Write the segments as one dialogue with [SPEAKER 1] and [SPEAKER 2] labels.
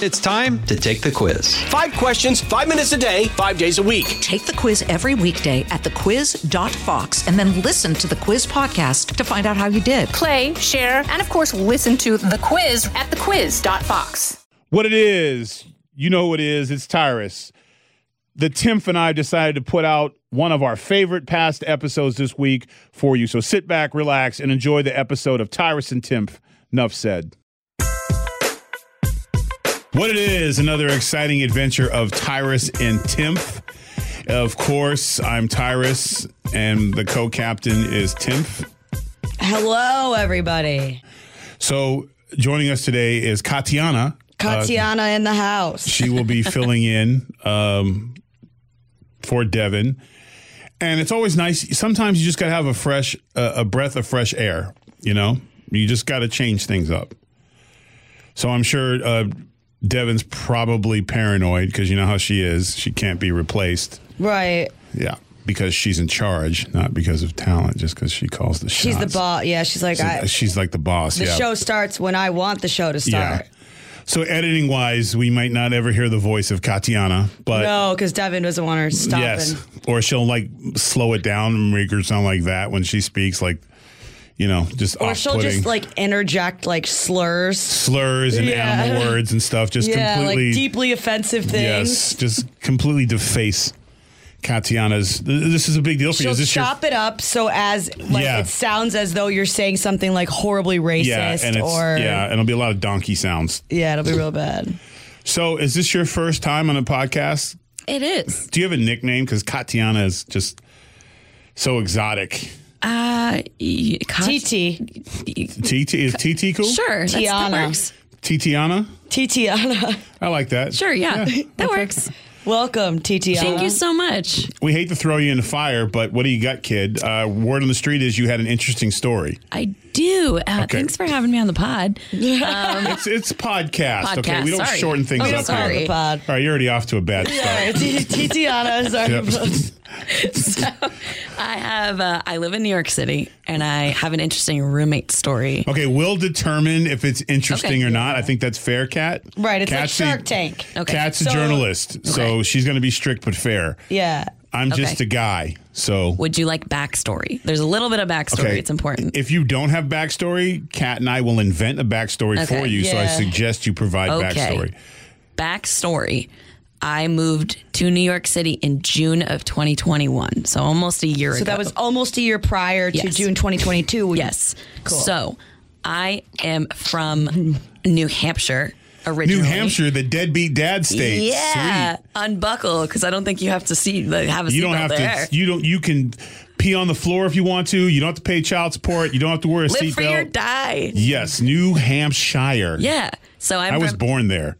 [SPEAKER 1] It's time to take the quiz.
[SPEAKER 2] Five questions, five minutes a day, five days a week.
[SPEAKER 3] Take the quiz every weekday at thequiz.fox and then listen to the quiz podcast to find out how you did.
[SPEAKER 4] play, share, and of course, listen to The Quiz at thequiz.fox.
[SPEAKER 5] What it is, you know who it is. It's Tyrus. The Timf and I decided to put out one of our favorite past episodes this week for you. So sit back, relax, and enjoy the episode of Tyrus and Timf. Nuff said. What it is, another exciting adventure of Tyrus and Timf. Of course, I'm Tyrus, and the co captain is Timf.
[SPEAKER 6] Hello, everybody.
[SPEAKER 5] So joining us today is Katiana.
[SPEAKER 6] Katiana
[SPEAKER 5] Uh,
[SPEAKER 6] in the house.
[SPEAKER 5] She will be filling in um, for Devin. And it's always nice. Sometimes you just got to have a fresh, uh, a breath of fresh air. You know, you just got to change things up. So I'm sure uh, Devin's probably paranoid because you know how she is. She can't be replaced.
[SPEAKER 6] Right.
[SPEAKER 5] Yeah, because she's in charge, not because of talent. Just because she calls the shots.
[SPEAKER 6] She's the boss. Yeah, she's like, I,
[SPEAKER 5] She's like the boss.
[SPEAKER 6] the
[SPEAKER 5] yeah.
[SPEAKER 6] show starts when I want the show to start.
[SPEAKER 5] So editing wise, we might not ever hear the voice of Katiana, but
[SPEAKER 6] No, because Devin doesn't want her stopping.
[SPEAKER 5] yes, or she'll like slow it down and make her sound like that when she speaks, like you know, just
[SPEAKER 6] Or
[SPEAKER 5] off
[SPEAKER 6] she'll
[SPEAKER 5] putting
[SPEAKER 6] just like interject like slurs.
[SPEAKER 5] slurs and
[SPEAKER 6] Yeah.
[SPEAKER 5] animal words and stuff, just
[SPEAKER 6] Yeah,
[SPEAKER 5] completely
[SPEAKER 6] like deeply offensive things.
[SPEAKER 5] yes, just completely deface Katiana's. th- This is a big deal for you.
[SPEAKER 6] She'll
[SPEAKER 5] Is this your-
[SPEAKER 6] chop it up so as like
[SPEAKER 5] Yeah.
[SPEAKER 6] it sounds as though you're saying something like horribly racist
[SPEAKER 5] yeah, and it's
[SPEAKER 6] or
[SPEAKER 5] yeah, and it'll be a lot of donkey sounds.
[SPEAKER 6] Yeah, it'll be real bad.
[SPEAKER 5] So, is this your first time on a podcast?
[SPEAKER 7] It is.
[SPEAKER 5] Do you have a nickname? Because Katiana is just so exotic.
[SPEAKER 7] Uh, y- Kat-
[SPEAKER 6] TT
[SPEAKER 5] TT is TT cool?
[SPEAKER 7] Sure, that's, that
[SPEAKER 6] Tiana.
[SPEAKER 7] works.
[SPEAKER 5] Titiana?
[SPEAKER 6] Titiana.
[SPEAKER 5] I like that.
[SPEAKER 7] Sure, yeah, that works.
[SPEAKER 6] Welcome, Titiana.
[SPEAKER 7] Thank you so much.
[SPEAKER 5] We hate to throw you in the fire, but what do you got, kid? Uh, word on the street is you had an interesting story.
[SPEAKER 7] I do. Uh, Thanks for having me on the pod. Um,
[SPEAKER 5] It's it's podcast. okay,
[SPEAKER 7] Podcast,
[SPEAKER 5] we don't
[SPEAKER 7] sorry.
[SPEAKER 5] shorten things
[SPEAKER 7] Oh,
[SPEAKER 5] up
[SPEAKER 7] sorry.
[SPEAKER 5] here.
[SPEAKER 6] The pod.
[SPEAKER 5] All right, you're already off to a bad start.
[SPEAKER 6] Titiana is our
[SPEAKER 5] Yep.
[SPEAKER 7] I have. Uh, I live in New York City, and I have an interesting roommate story.
[SPEAKER 5] Okay, we'll determine if it's interesting
[SPEAKER 7] Okay.
[SPEAKER 5] or not. I think that's fair, Kat.
[SPEAKER 6] Right, it's like
[SPEAKER 5] Kat's
[SPEAKER 6] Shark Tank.
[SPEAKER 7] Okay.
[SPEAKER 5] Kat's a
[SPEAKER 6] So-
[SPEAKER 5] journalist, so she's going to be strict but fair.
[SPEAKER 6] Yeah.
[SPEAKER 5] I'm just
[SPEAKER 7] Okay.
[SPEAKER 5] a guy, so
[SPEAKER 7] Would you like backstory? There's a little bit of backstory. It's important.
[SPEAKER 5] If you don't have backstory, Kat and I will invent a backstory
[SPEAKER 7] Okay.
[SPEAKER 5] for you. So I
[SPEAKER 6] Yeah.
[SPEAKER 5] suggest you provide
[SPEAKER 7] Okay.
[SPEAKER 5] backstory.
[SPEAKER 7] backstory. I moved to New York City in June of 2021, so almost a year ago.
[SPEAKER 6] So that was almost a year prior to
[SPEAKER 7] Yes.
[SPEAKER 6] June 2022. when you-
[SPEAKER 7] Yes. So I am from New Hampshire originally.
[SPEAKER 5] New Hampshire, the deadbeat dad state.
[SPEAKER 7] Yeah.
[SPEAKER 5] Sweet.
[SPEAKER 7] Unbuckle because I don't think you have to see like, have a
[SPEAKER 5] You don't
[SPEAKER 7] seatbelt
[SPEAKER 5] have
[SPEAKER 7] there.
[SPEAKER 5] to. You don't. You can pee on the floor if you want to. You don't have to pay child support. You don't have to wear a
[SPEAKER 7] Live free or
[SPEAKER 5] seatbelt.
[SPEAKER 7] die.
[SPEAKER 5] yes, New Hampshire.
[SPEAKER 7] Yeah. So I'm
[SPEAKER 5] I was
[SPEAKER 7] from-
[SPEAKER 5] born there.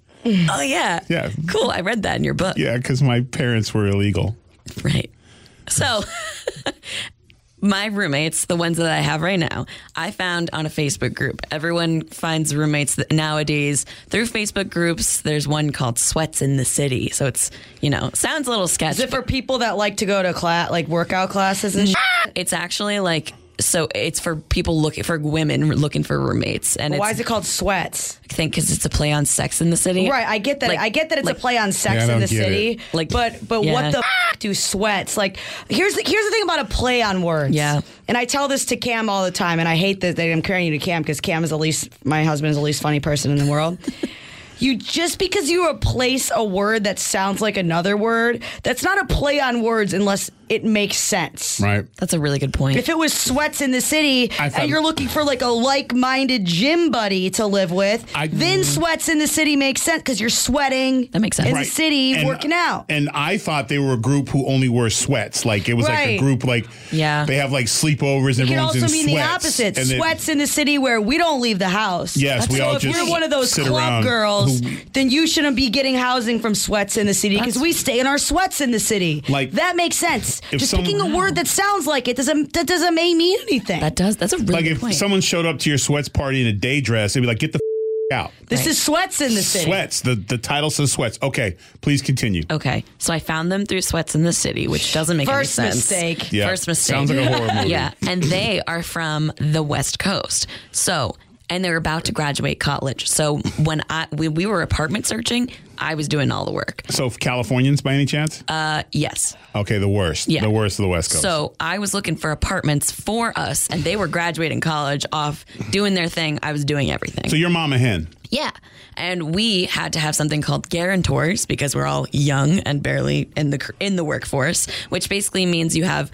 [SPEAKER 7] Oh yeah.
[SPEAKER 5] Yeah.
[SPEAKER 7] Cool. I read that in your book.
[SPEAKER 5] Yeah, because my parents were illegal.
[SPEAKER 7] Right. So my roommates, the ones that I have right now, I found on a Facebook group. Everyone finds roommates that nowadays through Facebook groups. There's one called Sweats in the City. So it's, you know, sounds a little sketchy.
[SPEAKER 6] Is it for people that like to go to class, like workout classes and shit?
[SPEAKER 7] It's actually like so. It's for people looking for women looking for roommates, and
[SPEAKER 6] Why
[SPEAKER 7] it's,
[SPEAKER 6] is it called sweats?
[SPEAKER 7] I think because it's a play on Sex in the City.
[SPEAKER 6] Right, I get that.
[SPEAKER 7] Like-
[SPEAKER 6] I get that it's
[SPEAKER 7] like-
[SPEAKER 6] a play on
[SPEAKER 5] Yeah, I
[SPEAKER 6] Sex in
[SPEAKER 5] don't
[SPEAKER 6] the
[SPEAKER 5] get
[SPEAKER 6] City.
[SPEAKER 5] it.
[SPEAKER 7] Like-
[SPEAKER 6] but but
[SPEAKER 7] Yeah.
[SPEAKER 6] what the f- do sweats? Like, here's the, here's the thing about a play on words.
[SPEAKER 7] Yeah.
[SPEAKER 6] and I tell this to Cam all the time, and I hate that, that I'm carrying you to Cam because Cam is the least my husband is the least funny person in the world. You just because you replace a word that sounds like another word, that's not a play on words unless it makes sense.
[SPEAKER 5] Right.
[SPEAKER 7] That's a really good point.
[SPEAKER 6] If it was sweats in the city
[SPEAKER 5] I thought-
[SPEAKER 6] and you're looking for like a like minded gym buddy to live with,
[SPEAKER 5] I- Mm.
[SPEAKER 6] then sweats in the city makes sense because you're sweating
[SPEAKER 7] That makes sense.
[SPEAKER 6] in
[SPEAKER 7] Right.
[SPEAKER 6] the city
[SPEAKER 5] And-
[SPEAKER 6] working out.
[SPEAKER 5] And I thought they were a group who only wore sweats. Like it was like a
[SPEAKER 6] Right.
[SPEAKER 5] group like
[SPEAKER 7] Yeah.
[SPEAKER 5] they have like sleepovers.
[SPEAKER 6] it can
[SPEAKER 5] everyone's
[SPEAKER 6] also
[SPEAKER 5] in
[SPEAKER 6] mean the
[SPEAKER 5] sweats.
[SPEAKER 6] opposite
[SPEAKER 5] And then-
[SPEAKER 6] sweats in the city where we don't leave the house.
[SPEAKER 5] Yes, we
[SPEAKER 6] so
[SPEAKER 5] all
[SPEAKER 6] if
[SPEAKER 5] just
[SPEAKER 6] we're one of those
[SPEAKER 5] sit
[SPEAKER 6] club
[SPEAKER 5] around
[SPEAKER 6] girls,
[SPEAKER 5] who-
[SPEAKER 6] then you shouldn't be getting housing from sweats in the city because we stay in our sweats in the city.
[SPEAKER 5] Like-
[SPEAKER 6] that makes sense.
[SPEAKER 5] If
[SPEAKER 6] Just
[SPEAKER 5] some-
[SPEAKER 6] picking a word that sounds like it doesn't that doesn't may mean anything.
[SPEAKER 7] that does. That's a really
[SPEAKER 5] Like
[SPEAKER 7] good
[SPEAKER 5] if
[SPEAKER 7] point.
[SPEAKER 5] someone showed up to your sweats party in a day dress, they'd be like, "Get the f- out."
[SPEAKER 6] this
[SPEAKER 7] Right.
[SPEAKER 6] is sweats in the city.
[SPEAKER 5] Sweats. The the title says sweats. Okay, please continue.
[SPEAKER 7] Okay, so I found them through Sweats in the City, which doesn't make
[SPEAKER 6] First
[SPEAKER 7] any sense.
[SPEAKER 6] mistake.
[SPEAKER 5] Yeah.
[SPEAKER 7] First mistake.
[SPEAKER 5] Sounds like a horror movie.
[SPEAKER 7] Yeah, and they are from the West Coast. So and they're about to graduate college. So when I when we were apartment searching, I was doing all the work.
[SPEAKER 5] So Californians by any chance?
[SPEAKER 6] Uh,
[SPEAKER 7] Yes.
[SPEAKER 5] okay, the worst.
[SPEAKER 7] yeah.
[SPEAKER 5] The worst of the West Coast.
[SPEAKER 7] So I was looking for apartments for us, and they were graduating college off doing their thing. I was doing everything.
[SPEAKER 5] so you're Mama Hen.
[SPEAKER 7] yeah. And we had to have something called guarantors because we're all young and barely in the in the workforce, which basically means you have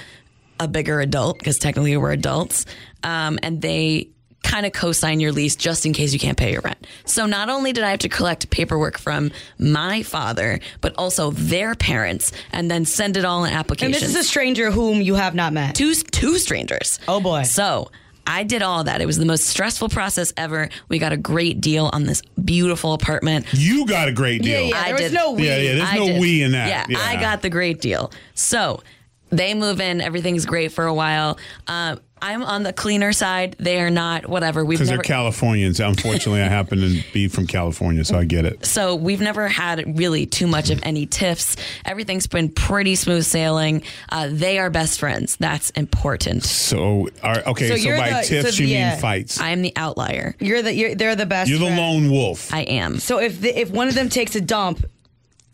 [SPEAKER 7] a bigger adult because technically we're adults, um, and they kind of co-sign your lease just in case you can't pay your rent. So not only did I have to collect paperwork from my father, but also their parents, and then send it all in applications
[SPEAKER 6] And this is a stranger whom you have not met.
[SPEAKER 7] two two strangers.
[SPEAKER 6] Oh, boy.
[SPEAKER 7] So I did all that. It was the most stressful process ever. We got a great deal on this beautiful apartment.
[SPEAKER 5] You got a great
[SPEAKER 6] Yeah,
[SPEAKER 5] deal.
[SPEAKER 6] yeah.
[SPEAKER 7] I
[SPEAKER 6] there was
[SPEAKER 7] did-
[SPEAKER 6] no we.
[SPEAKER 5] Yeah, yeah, there's
[SPEAKER 7] I
[SPEAKER 5] no
[SPEAKER 7] did-
[SPEAKER 5] we in that.
[SPEAKER 7] Yeah,
[SPEAKER 5] Yeah.
[SPEAKER 7] I got the great deal. So they move in. Everything's great for a while. Um, I'm on the cleaner side. They are not. Whatever. We've
[SPEAKER 5] Because
[SPEAKER 7] never.
[SPEAKER 5] they're Californians. Unfortunately, I happen to be from California, so I get it.
[SPEAKER 7] so we've never had really too much of any tiffs. Everything's been pretty smooth sailing. Uh, they are best friends. That's important.
[SPEAKER 5] So, are, okay,
[SPEAKER 6] So
[SPEAKER 5] so,
[SPEAKER 6] you're
[SPEAKER 5] by
[SPEAKER 6] the-
[SPEAKER 5] tips,
[SPEAKER 6] so
[SPEAKER 5] you
[SPEAKER 6] yeah.
[SPEAKER 5] mean fights.
[SPEAKER 7] I am the outlier.
[SPEAKER 6] You're the you're, they're the best.
[SPEAKER 5] you're the
[SPEAKER 6] friend.
[SPEAKER 5] lone wolf.
[SPEAKER 7] I am.
[SPEAKER 6] So if the, if one of them takes a dump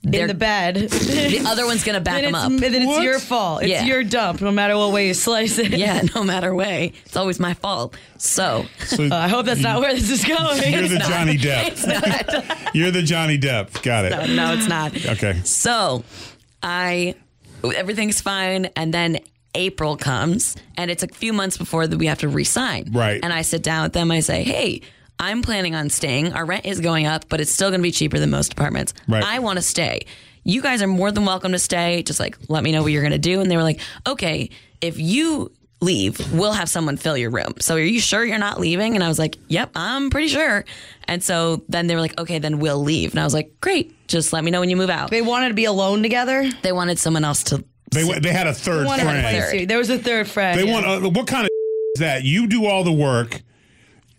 [SPEAKER 7] They're-
[SPEAKER 6] in the bed,
[SPEAKER 7] The other one's gonna back
[SPEAKER 6] then
[SPEAKER 7] them
[SPEAKER 6] it's,
[SPEAKER 7] up.
[SPEAKER 6] then it's
[SPEAKER 5] What?
[SPEAKER 6] your fault. It's
[SPEAKER 7] Yeah.
[SPEAKER 6] your dump, no matter what way you slice it.
[SPEAKER 7] Yeah, no matter way, it's always my fault. So
[SPEAKER 5] So
[SPEAKER 6] I hope that's not where this is going.
[SPEAKER 5] you're the
[SPEAKER 7] not.
[SPEAKER 5] Johnny Depp.
[SPEAKER 7] it's not.
[SPEAKER 5] You're the Johnny Depp. Got it.
[SPEAKER 7] no, it's not.
[SPEAKER 5] Okay.
[SPEAKER 7] So I, everything's fine, and then April comes, and it's a few months before that we have to resign.
[SPEAKER 5] Right.
[SPEAKER 7] And I sit down with them. I say, hey. I'm planning on staying. Our rent is going up, but it's still going to be cheaper than most apartments.
[SPEAKER 5] Right.
[SPEAKER 7] I want to stay. You guys are more than welcome to stay. Just like let me know what you're going to do. And they were like, okay, if you leave, we'll have someone fill your room. So are you sure you're not leaving? And I was like, yep, I'm pretty sure. And so then they were like, okay, then we'll leave. And I was like, great. Just let me know when you move out.
[SPEAKER 6] They wanted to be alone together.
[SPEAKER 7] They wanted someone else to.
[SPEAKER 5] They, wa- they had a third
[SPEAKER 6] Wanted to play
[SPEAKER 5] friend.
[SPEAKER 6] suit. There was a third friend.
[SPEAKER 5] They want uh, what kind of is that? You do all the work.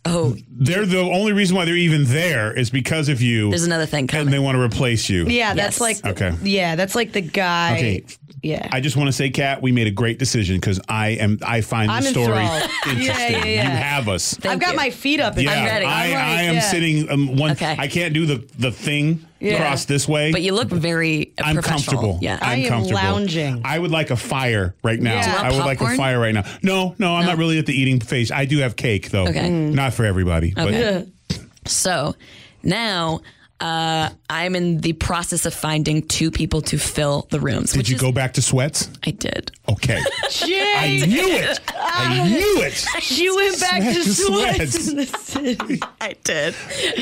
[SPEAKER 7] Oh,
[SPEAKER 5] They're the only reason why they're even there is because of you.
[SPEAKER 7] there's another thing
[SPEAKER 5] and
[SPEAKER 7] coming.
[SPEAKER 5] they want to replace you.
[SPEAKER 6] Yeah, that's like
[SPEAKER 7] Yes.
[SPEAKER 5] Okay.
[SPEAKER 6] Yeah, that's like the guy.
[SPEAKER 5] Okay.
[SPEAKER 6] Yeah.
[SPEAKER 5] I just want to say, Kat, we made a great decision because I am. I find
[SPEAKER 6] I'm
[SPEAKER 5] the story
[SPEAKER 6] enthralled. Yeah,
[SPEAKER 5] interesting.
[SPEAKER 6] yeah, yeah.
[SPEAKER 5] You have us.
[SPEAKER 6] I've got
[SPEAKER 7] you.
[SPEAKER 6] my feet up. in
[SPEAKER 5] yeah,
[SPEAKER 6] the air.
[SPEAKER 7] ready.
[SPEAKER 5] I,
[SPEAKER 7] I'm
[SPEAKER 6] like,
[SPEAKER 5] I am
[SPEAKER 6] yeah.
[SPEAKER 5] sitting um, one.
[SPEAKER 7] Okay.
[SPEAKER 5] I can't do the the thing
[SPEAKER 6] Yeah.
[SPEAKER 5] across this way.
[SPEAKER 7] but you look very
[SPEAKER 5] I'm
[SPEAKER 7] professional.
[SPEAKER 5] comfortable.
[SPEAKER 7] Yeah.
[SPEAKER 5] I'm
[SPEAKER 6] I am
[SPEAKER 5] comfortable.
[SPEAKER 6] lounging.
[SPEAKER 5] I would like a fire right now.
[SPEAKER 6] Yeah. Do you
[SPEAKER 5] I
[SPEAKER 6] want
[SPEAKER 5] would like a
[SPEAKER 7] popcorn?
[SPEAKER 5] fire right now. No, no, I'm not really at the eating phase. I do have cake though.
[SPEAKER 7] Okay. Mm.
[SPEAKER 5] Not for everybody. But
[SPEAKER 7] So now uh, I'm in the process of finding two people to fill the rooms.
[SPEAKER 5] did
[SPEAKER 7] which
[SPEAKER 5] you
[SPEAKER 7] is,
[SPEAKER 5] go back to sweats?
[SPEAKER 7] I did.
[SPEAKER 5] Okay. I knew it. I knew it.
[SPEAKER 6] She went back to
[SPEAKER 5] Sweat.
[SPEAKER 6] sweats in the city.
[SPEAKER 7] I did.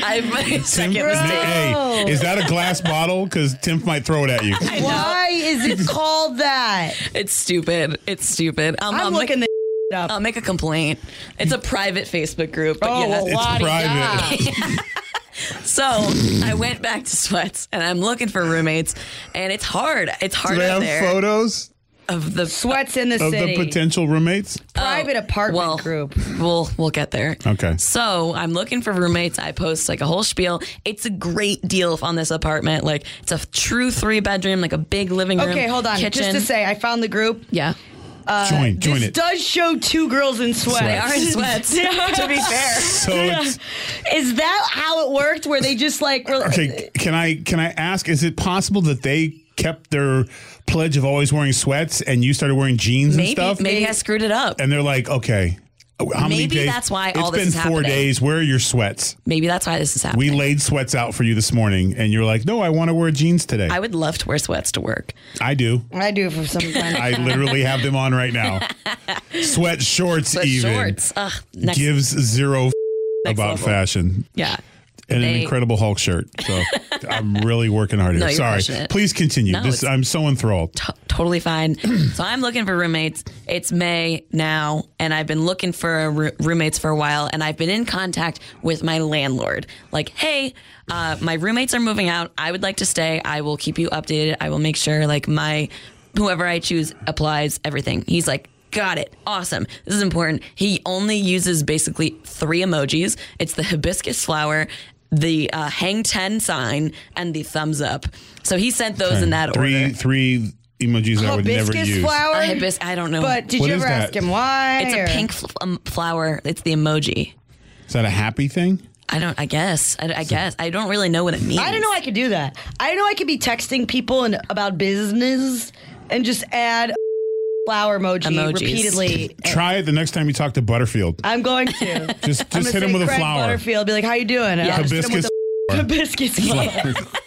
[SPEAKER 7] I my second
[SPEAKER 5] Tim-
[SPEAKER 7] mistake.
[SPEAKER 5] Hey, is that a glass bottle? Because Tim might throw it at you.
[SPEAKER 6] Why is it called that?
[SPEAKER 7] It's stupid. It's stupid. Um,
[SPEAKER 6] I'm
[SPEAKER 7] I'll
[SPEAKER 6] looking
[SPEAKER 7] Make,
[SPEAKER 6] the up.
[SPEAKER 7] I'll make a complaint. It's a private Facebook group. But
[SPEAKER 6] Oh,
[SPEAKER 7] yes.
[SPEAKER 6] well,
[SPEAKER 5] It's
[SPEAKER 6] Lottie
[SPEAKER 5] private.
[SPEAKER 7] So I went back to sweats and I'm looking for roommates, and it's hard. It's hard
[SPEAKER 5] Do they have
[SPEAKER 7] out there
[SPEAKER 5] photos
[SPEAKER 7] of the
[SPEAKER 6] sweats in the
[SPEAKER 5] of
[SPEAKER 6] city.
[SPEAKER 5] the potential roommates?
[SPEAKER 6] Private apartment
[SPEAKER 7] Oh, well,
[SPEAKER 6] group.
[SPEAKER 7] We'll we'll get there.
[SPEAKER 5] Okay.
[SPEAKER 7] So I'm looking for roommates. I post like a whole spiel. It's a great deal on this apartment. Like it's a true three bedroom, like a big living room.
[SPEAKER 6] Okay, hold on. Just
[SPEAKER 7] Kitchen.
[SPEAKER 6] to say, I found the group.
[SPEAKER 7] Yeah. Uh,
[SPEAKER 5] join, join
[SPEAKER 6] this
[SPEAKER 5] it.
[SPEAKER 6] does show two girls in sweats.
[SPEAKER 7] They are in sweats. to be fair.
[SPEAKER 5] So it's,
[SPEAKER 6] Is that how it worked? Where they just like were
[SPEAKER 5] okay, can I can I ask? Is it possible that they kept their pledge of always wearing sweats and you started wearing jeans
[SPEAKER 7] Maybe
[SPEAKER 5] and stuff?
[SPEAKER 7] maybe I screwed it up.
[SPEAKER 5] And they're like, okay, how many
[SPEAKER 7] Maybe
[SPEAKER 5] days?
[SPEAKER 7] that's why
[SPEAKER 5] It's
[SPEAKER 7] all this
[SPEAKER 5] been
[SPEAKER 7] is
[SPEAKER 5] four
[SPEAKER 7] happening.
[SPEAKER 5] days. Where are your sweats?
[SPEAKER 7] Maybe that's why this is happening.
[SPEAKER 5] We laid sweats out for you this morning, and you're like, no, I want to wear jeans today.
[SPEAKER 7] I would love to wear sweats to work.
[SPEAKER 5] I do.
[SPEAKER 6] I do for some kind of
[SPEAKER 5] I literally have them on right now. Sweat shorts,
[SPEAKER 7] But
[SPEAKER 5] even
[SPEAKER 7] shorts. Ugh, next,
[SPEAKER 5] gives zero f-
[SPEAKER 7] next
[SPEAKER 5] about
[SPEAKER 7] level.
[SPEAKER 5] fashion.
[SPEAKER 7] Yeah.
[SPEAKER 5] And an
[SPEAKER 7] They-
[SPEAKER 5] Incredible Hulk shirt. So I'm really working hard here.
[SPEAKER 7] No, you're
[SPEAKER 5] Sorry.
[SPEAKER 7] crushing it.
[SPEAKER 5] Please continue.
[SPEAKER 7] No,
[SPEAKER 5] this
[SPEAKER 7] it's-
[SPEAKER 5] I'm so enthralled.
[SPEAKER 7] t- totally fine. so I'm looking for roommates. It's May now, and I've been looking for roo- roommates for a while, and I've been in contact with my landlord. Like, hey, uh, my roommates are moving out. I would like to stay. I will keep you updated. I will make sure like my whoever I choose applies everything. He's like. Got it. Awesome. This is important. He only uses basically three emojis. It's the hibiscus flower, the uh, hang ten sign, and the thumbs up. So he sent those in that
[SPEAKER 5] three
[SPEAKER 7] order.
[SPEAKER 5] three emojis I would never
[SPEAKER 6] hibiscus
[SPEAKER 5] use.
[SPEAKER 6] flower.
[SPEAKER 7] A hibis- I don't know.
[SPEAKER 6] But did
[SPEAKER 5] What
[SPEAKER 6] you
[SPEAKER 5] is
[SPEAKER 6] ever
[SPEAKER 5] that?
[SPEAKER 6] ask him why?
[SPEAKER 7] It's a
[SPEAKER 6] or-
[SPEAKER 7] pink fl- um, flower. It's the emoji.
[SPEAKER 5] Is that a happy thing?
[SPEAKER 7] I don't. I guess. I, I guess. I don't really know what it means.
[SPEAKER 6] I didn't know I could do that. I didn't know I could be texting people and about business and just add flower emoji
[SPEAKER 7] Emojis.
[SPEAKER 6] repeatedly.
[SPEAKER 5] Try it the next time you talk to Butterfield.
[SPEAKER 6] Uh, I'm going to.
[SPEAKER 5] Just
[SPEAKER 6] I'm
[SPEAKER 5] just
[SPEAKER 6] gonna
[SPEAKER 5] hit him
[SPEAKER 6] say
[SPEAKER 5] with a
[SPEAKER 6] Craig
[SPEAKER 5] flower.
[SPEAKER 6] Butterfield, be like, "How you doing?" And I'll just hit him with
[SPEAKER 5] Hibiscus.
[SPEAKER 6] a hibiscus.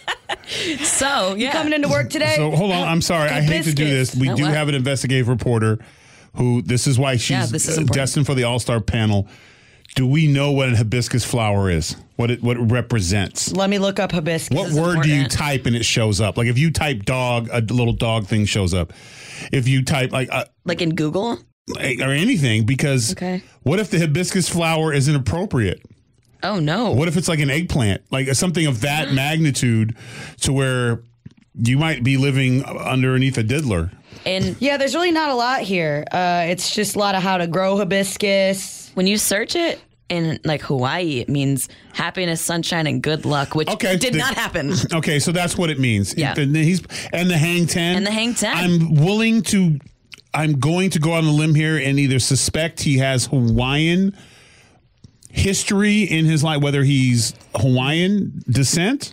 [SPEAKER 6] Yeah.
[SPEAKER 7] So yeah.
[SPEAKER 6] Coming into work today.
[SPEAKER 5] So hold on. I'm sorry. I hate to do
[SPEAKER 6] Hibiscus.
[SPEAKER 5] this. We
[SPEAKER 7] Oh,
[SPEAKER 5] do
[SPEAKER 7] what?
[SPEAKER 5] have an investigative reporter who this is why she's
[SPEAKER 7] Yeah, this is
[SPEAKER 5] uh,
[SPEAKER 7] important.
[SPEAKER 5] destined for the All Star panel. Do we know what an hibiscus flower is? What it what it represents?
[SPEAKER 6] Let me look up hibiscus.
[SPEAKER 5] What
[SPEAKER 7] is
[SPEAKER 5] word do you
[SPEAKER 7] important.
[SPEAKER 5] type and it shows up? Like if you type dog, a little dog thing shows up. If you type like uh,
[SPEAKER 7] like in Google.
[SPEAKER 5] or anything, because
[SPEAKER 7] Okay.
[SPEAKER 5] what if the hibiscus flower is inappropriate?
[SPEAKER 7] Oh no.
[SPEAKER 5] What if it's like an eggplant, like uh, something of that magnitude, to where you might be living underneath a diddler?
[SPEAKER 7] And
[SPEAKER 6] Yeah, there's really not a lot here. Uh, it's just a lot of how to grow hibiscus.
[SPEAKER 7] when you search it in like Hawaii, it means happiness, sunshine, and good luck, which
[SPEAKER 5] Okay,
[SPEAKER 7] did
[SPEAKER 5] the-
[SPEAKER 7] not happen.
[SPEAKER 5] Okay, so that's what it means.
[SPEAKER 7] Yeah.
[SPEAKER 5] And he's and the hang ten.
[SPEAKER 7] And the hang ten.
[SPEAKER 5] I'm willing to. I'm going to go on a limb here and either suspect he has Hawaiian history in his life, whether he's Hawaiian descent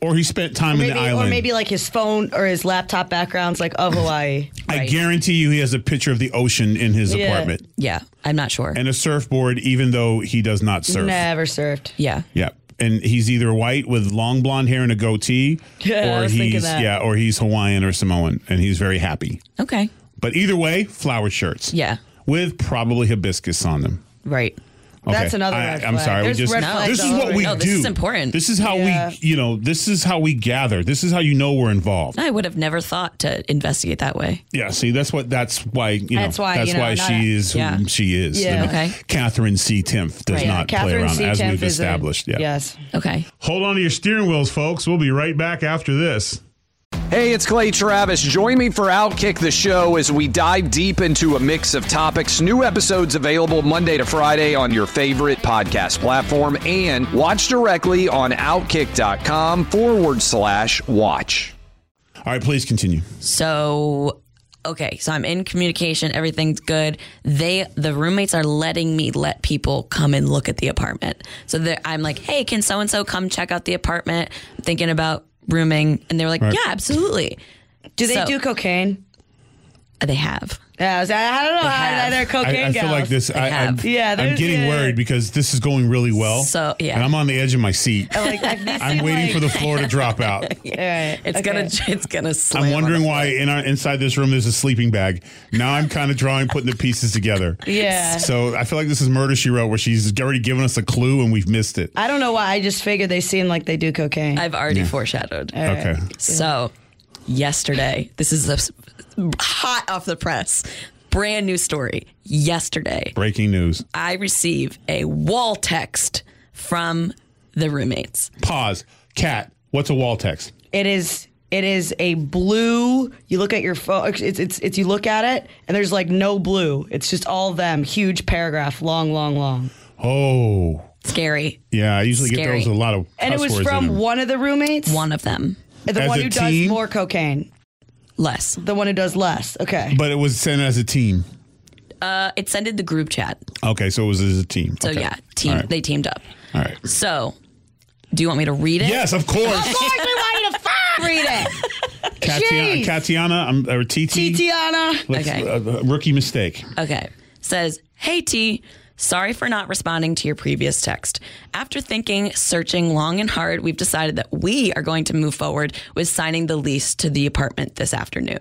[SPEAKER 5] or he spent time in
[SPEAKER 6] Maybe,
[SPEAKER 5] the island.
[SPEAKER 6] Mm-hmm. or maybe like his phone or his laptop backgrounds, like of Hawaii.
[SPEAKER 5] I guarantee you, he has a picture of the ocean in his
[SPEAKER 6] Yeah.
[SPEAKER 5] apartment
[SPEAKER 7] Yeah, I'm not sure.
[SPEAKER 5] and a surfboard, even though he does not surf.
[SPEAKER 6] Never served.
[SPEAKER 7] yeah.
[SPEAKER 5] Yeah. And he's either white with long blonde hair and a goatee,
[SPEAKER 6] Yeah, I
[SPEAKER 5] or
[SPEAKER 6] was thinking
[SPEAKER 5] he's
[SPEAKER 6] that.
[SPEAKER 5] yeah, or he's Hawaiian or Samoan, and he's very happy.
[SPEAKER 7] Okay.
[SPEAKER 5] But either way, flower shirts.
[SPEAKER 7] Yeah.
[SPEAKER 5] With probably hibiscus on them.
[SPEAKER 7] Right.
[SPEAKER 6] That's another
[SPEAKER 5] I,
[SPEAKER 6] red
[SPEAKER 5] I'm
[SPEAKER 6] flag.
[SPEAKER 5] sorry.
[SPEAKER 6] There's
[SPEAKER 5] we just
[SPEAKER 6] red flags
[SPEAKER 5] this is
[SPEAKER 6] all
[SPEAKER 5] what
[SPEAKER 6] over
[SPEAKER 5] we
[SPEAKER 6] it.
[SPEAKER 7] No,
[SPEAKER 5] do.
[SPEAKER 7] this is important.
[SPEAKER 5] This is how
[SPEAKER 6] Yeah.
[SPEAKER 5] we, you know, this is how we gather. This is how you know we're involved.
[SPEAKER 7] I would have never thought to investigate that way.
[SPEAKER 5] Yeah. See, that's what. That's why. You know.
[SPEAKER 6] That's why, you know, not
[SPEAKER 5] she
[SPEAKER 6] a-
[SPEAKER 5] is who
[SPEAKER 7] Yeah.
[SPEAKER 5] she is.
[SPEAKER 6] Yeah.
[SPEAKER 5] I mean,
[SPEAKER 7] Okay.
[SPEAKER 5] Catherine C. Timpf does
[SPEAKER 6] Yeah,
[SPEAKER 5] not play
[SPEAKER 6] Catherine
[SPEAKER 5] around,
[SPEAKER 6] C.
[SPEAKER 5] as
[SPEAKER 6] Temp
[SPEAKER 5] we've
[SPEAKER 6] is a-
[SPEAKER 5] established. yeah.
[SPEAKER 6] Yes.
[SPEAKER 7] Okay.
[SPEAKER 5] Hold on to your steering wheels, folks. We'll be right back after this.
[SPEAKER 8] Hey, it's Clay Travis. Join me for Outkick the Show as we dive deep into a mix of topics. New episodes available Monday to Friday on your favorite podcast platform and watch directly on outkick.com forward slash watch.
[SPEAKER 5] All right, please continue.
[SPEAKER 7] So, okay. So I'm in communication. Everything's good. They, the roommates are letting me let people come and look at the apartment. So they're- I'm like, hey, can so and so come check out the apartment? I'm thinking about rooming. And they were like, yeah, absolutely.
[SPEAKER 6] Do they
[SPEAKER 7] So-
[SPEAKER 6] do cocaine?
[SPEAKER 7] They have.
[SPEAKER 6] Yeah, I, was, I don't know. I,
[SPEAKER 7] have.
[SPEAKER 6] they're cocaine
[SPEAKER 5] I, I feel
[SPEAKER 6] gals.
[SPEAKER 5] like this. I, I'm,
[SPEAKER 7] have.
[SPEAKER 6] Yeah,
[SPEAKER 5] I'm
[SPEAKER 6] there's-
[SPEAKER 5] getting
[SPEAKER 6] yeah.
[SPEAKER 5] worried because this is going really well.
[SPEAKER 7] So, yeah.
[SPEAKER 5] and I'm on the edge of my seat.
[SPEAKER 6] Like, I've- these
[SPEAKER 5] I'm
[SPEAKER 6] seem
[SPEAKER 5] waiting
[SPEAKER 6] like-
[SPEAKER 5] for the floor to drop out.
[SPEAKER 6] All right,
[SPEAKER 7] It's
[SPEAKER 6] okay.
[SPEAKER 7] gonna, it's gonna. Slam
[SPEAKER 5] I'm wondering
[SPEAKER 7] on
[SPEAKER 5] why in our inside this room there's a sleeping bag. Now I'm kind of drawing, putting the pieces together.
[SPEAKER 6] Yeah.
[SPEAKER 5] So I feel like this is Murder She Wrote, where she's already given us a clue and we've missed it.
[SPEAKER 6] I don't know why. I just figured they seem like they do cocaine.
[SPEAKER 7] I've already foreshadowed.
[SPEAKER 5] okay.
[SPEAKER 7] So, yesterday, this is a s- hot off the press, brand new story. Yesterday,
[SPEAKER 5] Breaking news.
[SPEAKER 7] I receive a wall text from the roommates.
[SPEAKER 5] Pause. Cat. What's a wall text?
[SPEAKER 6] It is. It is a blue. You look at your phone. It's it's it's. You look at it, and there's like no blue. It's just all them. Huge paragraph. Long, long, long.
[SPEAKER 5] Oh.
[SPEAKER 7] Scary.
[SPEAKER 5] Yeah. I usually
[SPEAKER 7] Scary.
[SPEAKER 5] get those a lot of.
[SPEAKER 6] And it
[SPEAKER 5] cuss
[SPEAKER 6] was
[SPEAKER 5] words in
[SPEAKER 6] from
[SPEAKER 5] them.
[SPEAKER 6] one of the roommates.
[SPEAKER 7] One of them,
[SPEAKER 6] The
[SPEAKER 5] As
[SPEAKER 6] one
[SPEAKER 5] a
[SPEAKER 6] who
[SPEAKER 5] team?
[SPEAKER 6] does more cocaine.
[SPEAKER 7] less.
[SPEAKER 6] The one who does less. Okay.
[SPEAKER 5] But it was sent as a team.
[SPEAKER 7] Uh, it sent in the group chat.
[SPEAKER 5] Okay, so it was as a team.
[SPEAKER 7] So
[SPEAKER 5] Okay.
[SPEAKER 7] yeah, team.
[SPEAKER 5] All right.
[SPEAKER 7] They teamed up.
[SPEAKER 5] All right.
[SPEAKER 7] So, Oh, do you want me to read it?
[SPEAKER 5] Yes, of course.
[SPEAKER 6] Read it.
[SPEAKER 5] Katiana,
[SPEAKER 6] Jeez.
[SPEAKER 5] Katiana um, or
[SPEAKER 6] E,
[SPEAKER 5] TT.
[SPEAKER 6] Titiana.
[SPEAKER 5] Let's-
[SPEAKER 7] Okay.
[SPEAKER 5] uh, uh, rookie mistake.
[SPEAKER 7] Okay. Says, Hey T, sorry for not responding to your previous text. After thinking, searching long and hard, we've decided that we are going to move forward with signing the lease to the apartment this afternoon.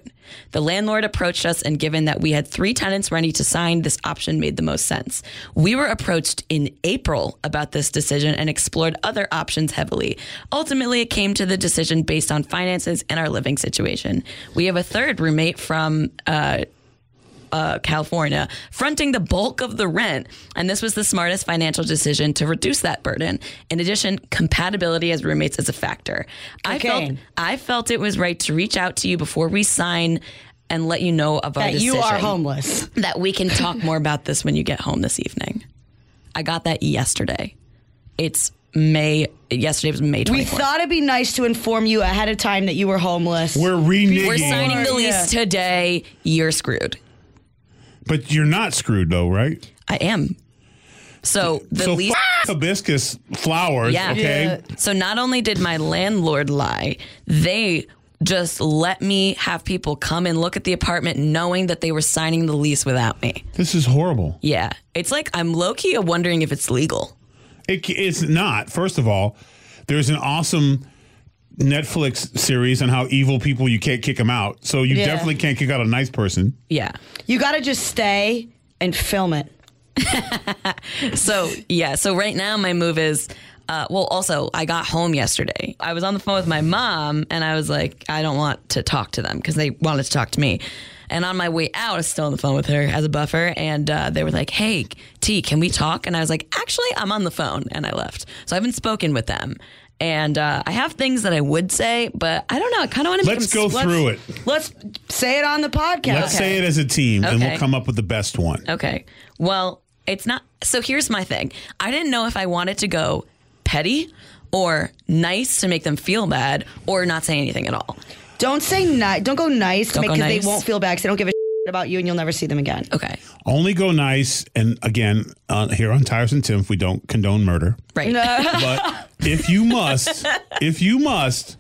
[SPEAKER 7] The landlord approached us, and given that we had three tenants ready to sign, this option made the most sense. We were approached in April about this decision and explored other options heavily. Ultimately, it came to the decision based on finances and our living situation. We have a third roommate from California, fronting the bulk of the rent. And this was the smartest financial decision to reduce that burden. In addition, compatibility as roommates is a factor. I felt
[SPEAKER 6] Cocaine.
[SPEAKER 7] I felt it was right to reach out to you before we sign and let you know of our
[SPEAKER 6] That you
[SPEAKER 7] decision.
[SPEAKER 6] are homeless.
[SPEAKER 7] That we can talk more about this when you get home this evening. I got that yesterday. It's May. Yesterday was May 24th.
[SPEAKER 6] We thought it'd be nice to inform you ahead of time that you were homeless.
[SPEAKER 5] We're reneging.
[SPEAKER 7] We're signing the lease today. You're screwed.
[SPEAKER 5] But you're not screwed though, right?
[SPEAKER 7] I am. So Oh, the
[SPEAKER 5] so
[SPEAKER 7] least.
[SPEAKER 5] f- hibiscus flowers.
[SPEAKER 7] Yeah.
[SPEAKER 5] Okay.
[SPEAKER 7] So not only did my landlord lie, they just let me have people come and look at the apartment knowing that they were signing the lease without me.
[SPEAKER 5] This is horrible.
[SPEAKER 7] Yeah. It's like I'm low key wondering if it's legal.
[SPEAKER 5] It, it's not. First of all, there's an awesome Netflix series on how evil people you can't kick them out. So you
[SPEAKER 6] Yeah.
[SPEAKER 5] definitely can't kick out a nice person.
[SPEAKER 7] Yeah.
[SPEAKER 6] You got to just stay and film it.
[SPEAKER 7] So yeah, so right now my move is. Uh, well, also, I got home yesterday. I was on the phone with my mom, and I was like, I don't want to talk to them because they wanted to talk to me. And on my way out, I was still on the phone with her as a buffer, and uh, they were like, "Hey, T, can we talk?" And I was like, "Actually, I'm on the phone," and I left. So I haven't spoken with them, and uh, I have things that I would say, but I don't know. I kind of want to.
[SPEAKER 5] Let's go through it.
[SPEAKER 6] Let's say it on the podcast.
[SPEAKER 5] Let's say it as a team, and we'll
[SPEAKER 7] Okay.
[SPEAKER 5] come up with the best one.
[SPEAKER 7] Okay. Well, it's not. So here's my thing. I didn't know if I wanted to go petty or nice to make them feel bad or not say anything at all.
[SPEAKER 6] Don't say nice. Don't go nice
[SPEAKER 7] Don't go
[SPEAKER 6] because
[SPEAKER 7] nice.
[SPEAKER 6] they won't feel bad. 'cause They don't give a shit about you, and you'll never see them again.
[SPEAKER 7] Okay.
[SPEAKER 5] Only go nice. And again, uh, here on Tires and Timf, we don't condone murder.
[SPEAKER 7] Right.
[SPEAKER 5] But if you must, if you must,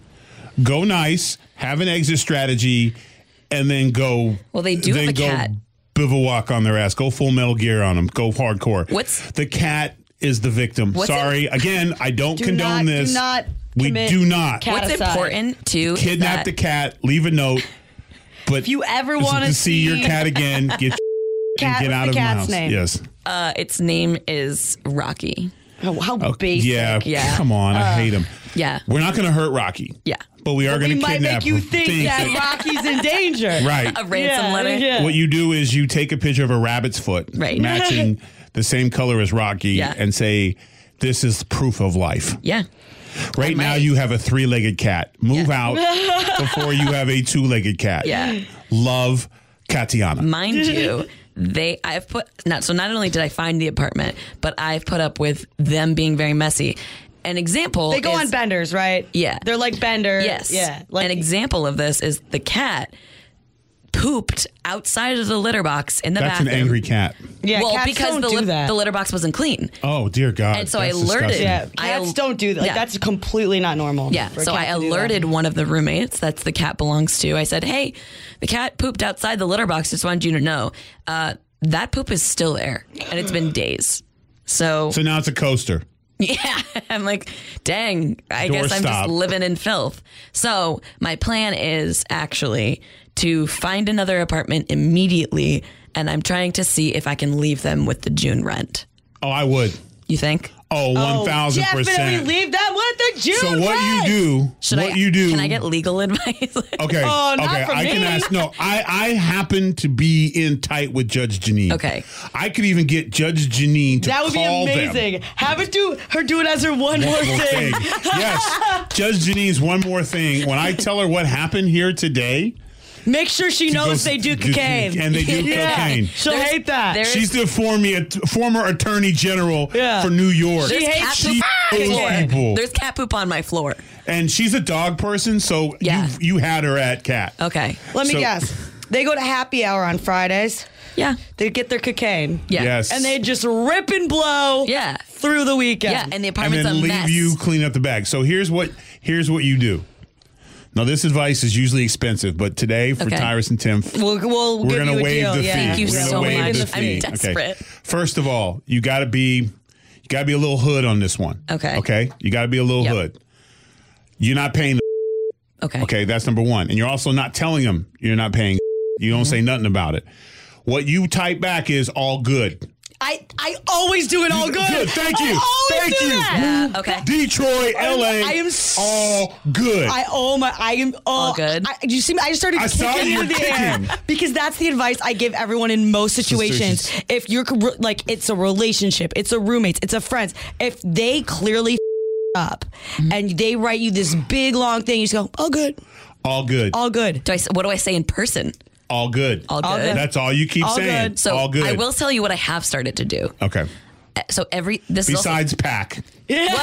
[SPEAKER 5] go nice, have an exit strategy, and then go.
[SPEAKER 7] Well, they do have
[SPEAKER 5] then
[SPEAKER 7] a
[SPEAKER 5] go
[SPEAKER 7] cat.
[SPEAKER 5] Bivouac on their ass. Go full metal gear on them. Go hardcore.
[SPEAKER 7] What's-
[SPEAKER 5] the cat is the victim?
[SPEAKER 7] What's
[SPEAKER 5] Sorry, again, I don't
[SPEAKER 6] Do
[SPEAKER 5] condone
[SPEAKER 6] not- do
[SPEAKER 5] this.
[SPEAKER 6] not
[SPEAKER 5] we
[SPEAKER 6] commit
[SPEAKER 5] do not
[SPEAKER 6] cat-
[SPEAKER 7] What's
[SPEAKER 6] aside.
[SPEAKER 7] important to is
[SPEAKER 5] kidnap
[SPEAKER 7] that-
[SPEAKER 5] the cat. Leave a note. But if
[SPEAKER 6] you ever
[SPEAKER 5] want
[SPEAKER 6] wanna
[SPEAKER 5] to see your
[SPEAKER 6] see-
[SPEAKER 5] cat again, get and
[SPEAKER 6] Cat
[SPEAKER 5] get
[SPEAKER 6] was
[SPEAKER 5] out
[SPEAKER 6] the
[SPEAKER 5] of
[SPEAKER 6] cat's
[SPEAKER 5] my house.
[SPEAKER 6] name.
[SPEAKER 5] Yes.
[SPEAKER 7] Uh, its name is Rocky.
[SPEAKER 6] Oh, how
[SPEAKER 5] Okay.
[SPEAKER 6] basic.
[SPEAKER 5] Yeah,
[SPEAKER 7] Yeah. Uh,
[SPEAKER 5] Come on, I hate him.
[SPEAKER 7] yeah.
[SPEAKER 5] We're not going to hurt Rocky.
[SPEAKER 7] Yeah.
[SPEAKER 5] But we are
[SPEAKER 6] We
[SPEAKER 5] going to
[SPEAKER 6] might
[SPEAKER 5] kidnap
[SPEAKER 6] make you
[SPEAKER 5] him.
[SPEAKER 6] think that Rocky's in danger.
[SPEAKER 5] right.
[SPEAKER 7] A ransom
[SPEAKER 6] Yeah,
[SPEAKER 7] letter.
[SPEAKER 6] yeah.
[SPEAKER 5] What you do is you take a picture of a rabbit's foot,
[SPEAKER 7] Right.
[SPEAKER 5] matching the same color as Rocky,
[SPEAKER 7] Yeah.
[SPEAKER 5] and say. This is proof of life.
[SPEAKER 7] Yeah.
[SPEAKER 5] Right now,
[SPEAKER 7] right.
[SPEAKER 5] you have a three legged cat. Move
[SPEAKER 7] Yeah.
[SPEAKER 5] out before you have a two legged cat.
[SPEAKER 7] Yeah.
[SPEAKER 5] Love Katiana.
[SPEAKER 7] Mind you, they I've put not so not only did I find the apartment, but I've put up with them being very messy. An example
[SPEAKER 6] They go
[SPEAKER 7] is-
[SPEAKER 6] on benders, right?
[SPEAKER 7] Yeah.
[SPEAKER 6] They're like benders.
[SPEAKER 7] Yes.
[SPEAKER 6] Yeah. Like
[SPEAKER 7] An example of this is the cat pooped outside of the litter box in the
[SPEAKER 5] That's an
[SPEAKER 7] bathroom.
[SPEAKER 5] angry cat.
[SPEAKER 6] Yeah,
[SPEAKER 7] well,
[SPEAKER 6] cats
[SPEAKER 7] because
[SPEAKER 6] don't
[SPEAKER 7] the,
[SPEAKER 6] do
[SPEAKER 7] lit-
[SPEAKER 6] that.
[SPEAKER 7] the litter box wasn't clean.
[SPEAKER 5] Oh, dear God.
[SPEAKER 7] And so I
[SPEAKER 5] That's
[SPEAKER 7] alerted-
[SPEAKER 5] disgusting.
[SPEAKER 6] Yeah,
[SPEAKER 7] I
[SPEAKER 6] cats
[SPEAKER 7] al-
[SPEAKER 6] don't do that. Like,
[SPEAKER 7] Yeah.
[SPEAKER 6] That's completely not normal.
[SPEAKER 7] Yeah.
[SPEAKER 6] for a
[SPEAKER 7] So I
[SPEAKER 6] cat to do that.
[SPEAKER 7] alerted one of the roommates that's the cat belongs to. I said, hey, the cat pooped outside the litter box. Just wanted you to know. Uh, that poop is still there and it's been days. So,
[SPEAKER 5] So now it's a coaster.
[SPEAKER 7] yeah, I'm like, dang, I
[SPEAKER 5] Door
[SPEAKER 7] guess I'm
[SPEAKER 5] stop.
[SPEAKER 7] just living in filth. So my plan is actually to find another apartment immediately. And I'm trying to see if I can leave them with the June rent.
[SPEAKER 5] Oh, I would.
[SPEAKER 7] You think?
[SPEAKER 5] Oh,
[SPEAKER 6] Oh,
[SPEAKER 5] 1000%.
[SPEAKER 6] Definitely leave that with the June.
[SPEAKER 5] So what you
[SPEAKER 6] red.
[SPEAKER 5] do?
[SPEAKER 7] Should
[SPEAKER 5] what
[SPEAKER 7] I,
[SPEAKER 5] you do?
[SPEAKER 7] Can I get legal advice?
[SPEAKER 5] Okay.
[SPEAKER 6] Oh, not
[SPEAKER 5] okay.
[SPEAKER 6] for
[SPEAKER 5] I can
[SPEAKER 6] me.
[SPEAKER 5] ask. No, I I happen to be in tight with Judge Janine.
[SPEAKER 7] Okay.
[SPEAKER 5] I could even get Judge Janine to
[SPEAKER 6] That would be
[SPEAKER 5] call them.
[SPEAKER 6] amazing. Have her do her do it as her one, more
[SPEAKER 5] One more
[SPEAKER 6] thing.
[SPEAKER 5] thing. yes. Judge Janine's one more thing. When I tell her what happened here today,
[SPEAKER 6] Make sure she
[SPEAKER 5] she
[SPEAKER 6] knows
[SPEAKER 5] goes-
[SPEAKER 6] they do
[SPEAKER 5] goes-
[SPEAKER 6] cocaine.
[SPEAKER 5] and they do
[SPEAKER 6] yeah.
[SPEAKER 5] cocaine.
[SPEAKER 6] She'll
[SPEAKER 7] There's-
[SPEAKER 6] hate that.
[SPEAKER 7] there-
[SPEAKER 5] She's the former former Attorney General
[SPEAKER 6] Yeah.
[SPEAKER 5] for New York.
[SPEAKER 6] She hates
[SPEAKER 5] she
[SPEAKER 7] cat poop
[SPEAKER 5] knows
[SPEAKER 7] on my floor.
[SPEAKER 5] people,
[SPEAKER 7] There's cat poop on my floor.
[SPEAKER 5] and she's a dog person. So
[SPEAKER 7] Yeah.
[SPEAKER 5] you you had her at cat.
[SPEAKER 7] Okay.
[SPEAKER 6] Let me
[SPEAKER 5] So-
[SPEAKER 6] guess. They go to happy hour on Fridays.
[SPEAKER 7] Yeah.
[SPEAKER 6] They get their cocaine.
[SPEAKER 7] Yeah.
[SPEAKER 5] Yes.
[SPEAKER 6] And they just rip and blow
[SPEAKER 7] Yeah.
[SPEAKER 6] through the weekend.
[SPEAKER 7] Yeah. And the
[SPEAKER 5] and
[SPEAKER 7] apartment's
[SPEAKER 5] then
[SPEAKER 7] a
[SPEAKER 5] leave
[SPEAKER 7] mess.
[SPEAKER 5] you clean up the bag. So here's what here's what you do. Now this advice is usually expensive, but today for
[SPEAKER 7] Okay.
[SPEAKER 5] Tyrus and Tim,
[SPEAKER 6] We'll, we'll
[SPEAKER 5] we're
[SPEAKER 6] give
[SPEAKER 5] going
[SPEAKER 6] you
[SPEAKER 5] to
[SPEAKER 6] a
[SPEAKER 5] waive
[SPEAKER 6] deal.
[SPEAKER 5] the fee.
[SPEAKER 6] yeah.
[SPEAKER 7] Thank you
[SPEAKER 5] we're gonna
[SPEAKER 7] so
[SPEAKER 5] waive
[SPEAKER 7] much.
[SPEAKER 5] the
[SPEAKER 7] I'm
[SPEAKER 5] fee.
[SPEAKER 7] desperate.
[SPEAKER 5] First of all, you got to be you got to be a little hood on this one.
[SPEAKER 7] Okay.
[SPEAKER 5] Okay. You got to be a little
[SPEAKER 7] Yep.
[SPEAKER 5] hood. You're not paying. The,
[SPEAKER 7] Okay.
[SPEAKER 5] okay, that's number one, and you're also not telling them you're not paying. You don't
[SPEAKER 7] Mm-hmm.
[SPEAKER 5] say nothing about it. What you type back is all good.
[SPEAKER 6] I, I always do it all good.
[SPEAKER 5] Thank
[SPEAKER 6] I
[SPEAKER 5] you.
[SPEAKER 6] always
[SPEAKER 5] Thank
[SPEAKER 6] do
[SPEAKER 5] you.
[SPEAKER 6] that.
[SPEAKER 7] Uh, okay.
[SPEAKER 5] Detroit,
[SPEAKER 6] I'm-
[SPEAKER 5] LA.
[SPEAKER 6] I am s-
[SPEAKER 5] all good.
[SPEAKER 6] I oh my I am oh,
[SPEAKER 7] All good?
[SPEAKER 6] I, you see me? I just started
[SPEAKER 5] I
[SPEAKER 6] kicking
[SPEAKER 5] saw you
[SPEAKER 6] into the
[SPEAKER 5] kicking.
[SPEAKER 6] air because that's the advice I give everyone in most situations.
[SPEAKER 5] Situations.
[SPEAKER 6] If you're co- like, it's a relationship, it's a roommates, it's a friends. If they clearly up
[SPEAKER 7] Mm-hmm.
[SPEAKER 6] and they write you this big long thing, you just go, all good,
[SPEAKER 5] all good.
[SPEAKER 6] all good.
[SPEAKER 7] Do I, s- what do I say in person?
[SPEAKER 5] All good.
[SPEAKER 7] All good.
[SPEAKER 5] That's all you keep
[SPEAKER 6] All
[SPEAKER 5] saying.
[SPEAKER 6] good.
[SPEAKER 7] So
[SPEAKER 5] all good.
[SPEAKER 7] I will tell you what I have started to do.
[SPEAKER 5] Okay.
[SPEAKER 7] Uh, So every this
[SPEAKER 5] Besides pack.
[SPEAKER 7] is also,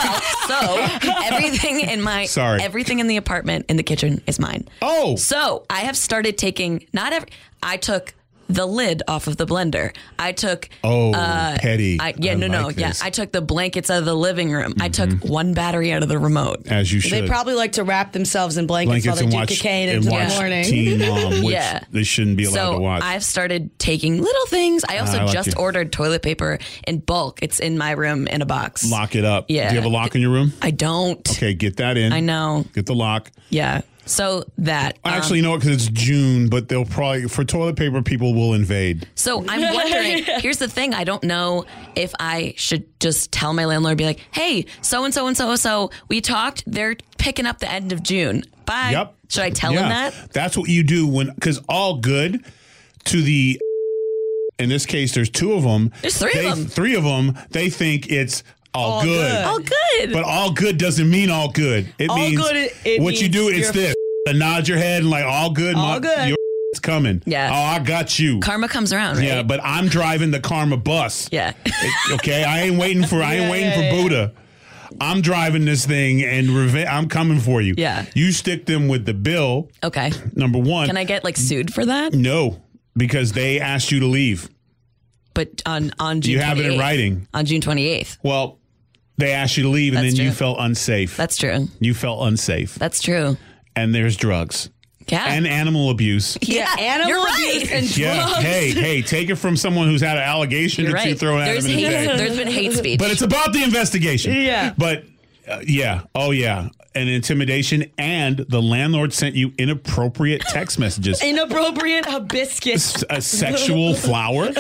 [SPEAKER 7] well, so everything in my
[SPEAKER 5] Sorry.
[SPEAKER 7] everything in the apartment in the kitchen is mine.
[SPEAKER 5] Oh.
[SPEAKER 7] So I have started taking not every I took the lid off of the blender. I took
[SPEAKER 5] Oh, petty.
[SPEAKER 7] uh, I, yeah,
[SPEAKER 5] I
[SPEAKER 7] no, no,
[SPEAKER 5] like
[SPEAKER 7] yeah.
[SPEAKER 5] this. Mm-hmm.
[SPEAKER 7] I took the blankets out of the living room. I took one battery out of the remote.
[SPEAKER 5] as you should.
[SPEAKER 6] They probably like to wrap themselves in blankets,
[SPEAKER 5] blankets and
[SPEAKER 6] while they
[SPEAKER 5] watch
[SPEAKER 6] do cocaine
[SPEAKER 5] and
[SPEAKER 6] into
[SPEAKER 5] watch
[SPEAKER 6] the morning.
[SPEAKER 5] Teen Mom, which
[SPEAKER 7] Yeah.
[SPEAKER 5] they shouldn't be allowed
[SPEAKER 7] so
[SPEAKER 5] to watch. Ah,
[SPEAKER 7] I've started taking little things. I also
[SPEAKER 5] I like
[SPEAKER 7] just
[SPEAKER 5] you.
[SPEAKER 7] ordered toilet paper in bulk. It's in my room in a box.
[SPEAKER 5] lock it up.
[SPEAKER 7] Yeah.
[SPEAKER 5] Do you have a lock in your room?
[SPEAKER 7] I don't.
[SPEAKER 5] Okay, get that in.
[SPEAKER 7] I know.
[SPEAKER 5] Get the lock.
[SPEAKER 7] Yeah. So that. um,
[SPEAKER 5] Actually, no, because it's June, but they'll probably for toilet paper people will invade.
[SPEAKER 7] So I'm wondering. Here's the thing: I don't know if I should just tell my landlord, be like, "Hey, so and so and so so, we talked. They're picking up the end of June. Bye."
[SPEAKER 5] Yep.
[SPEAKER 7] Should I tell him that?
[SPEAKER 5] That's what you do when because all good to the. In this case, there's two of them.
[SPEAKER 7] There's three of
[SPEAKER 5] They-
[SPEAKER 7] them.
[SPEAKER 5] Three of them. They think it's all,
[SPEAKER 6] All
[SPEAKER 5] good.
[SPEAKER 6] good.
[SPEAKER 7] Oh, good.
[SPEAKER 5] But all good doesn't mean all good. It
[SPEAKER 6] All
[SPEAKER 5] means
[SPEAKER 6] good, it- it
[SPEAKER 5] what you
[SPEAKER 6] means
[SPEAKER 5] do is
[SPEAKER 6] you're-
[SPEAKER 5] this. A nod your head and like all good.
[SPEAKER 6] All
[SPEAKER 5] my-
[SPEAKER 6] good.
[SPEAKER 5] Your is coming.
[SPEAKER 7] Yeah.
[SPEAKER 5] Oh, I got you.
[SPEAKER 7] Karma comes around, right?
[SPEAKER 5] Yeah, but I'm driving the karma bus.
[SPEAKER 7] Yeah.
[SPEAKER 5] It- okay, I ain't waiting for I ain't waiting for Buddha. I'm driving this thing and reve- I'm coming for you.
[SPEAKER 7] Yeah.
[SPEAKER 5] You stick them with the bill.
[SPEAKER 7] okay.
[SPEAKER 5] Number one.
[SPEAKER 7] Can I get like sued for that?
[SPEAKER 5] No, because they asked you to leave.
[SPEAKER 7] But on on June
[SPEAKER 5] You have it in
[SPEAKER 7] 28th.
[SPEAKER 5] writing.
[SPEAKER 7] on June 28th.
[SPEAKER 5] Well, they asked you to leave, and
[SPEAKER 7] That's
[SPEAKER 5] then you
[SPEAKER 7] true.
[SPEAKER 5] felt unsafe.
[SPEAKER 7] That's true.
[SPEAKER 5] you felt unsafe,
[SPEAKER 7] That's Ah. true.
[SPEAKER 5] and there's drugs
[SPEAKER 7] Yeah.
[SPEAKER 5] and animal abuse.
[SPEAKER 6] Yeah, animal
[SPEAKER 7] You're right.
[SPEAKER 6] abuse and
[SPEAKER 5] Yeah.
[SPEAKER 6] drugs.
[SPEAKER 5] Hey, hey, take it from someone who's had an allegation
[SPEAKER 7] You're
[SPEAKER 5] that you
[SPEAKER 7] right.
[SPEAKER 5] thrown at
[SPEAKER 7] There's
[SPEAKER 5] him in a
[SPEAKER 7] hate.
[SPEAKER 5] day.
[SPEAKER 7] There's been hate speech.
[SPEAKER 5] But it's about the investigation.
[SPEAKER 6] Yeah.
[SPEAKER 5] But uh, yeah. Oh, yeah. And intimidation. And the landlord sent you inappropriate text messages.
[SPEAKER 6] Inappropriate hibiscus.
[SPEAKER 5] S- a sexual flower.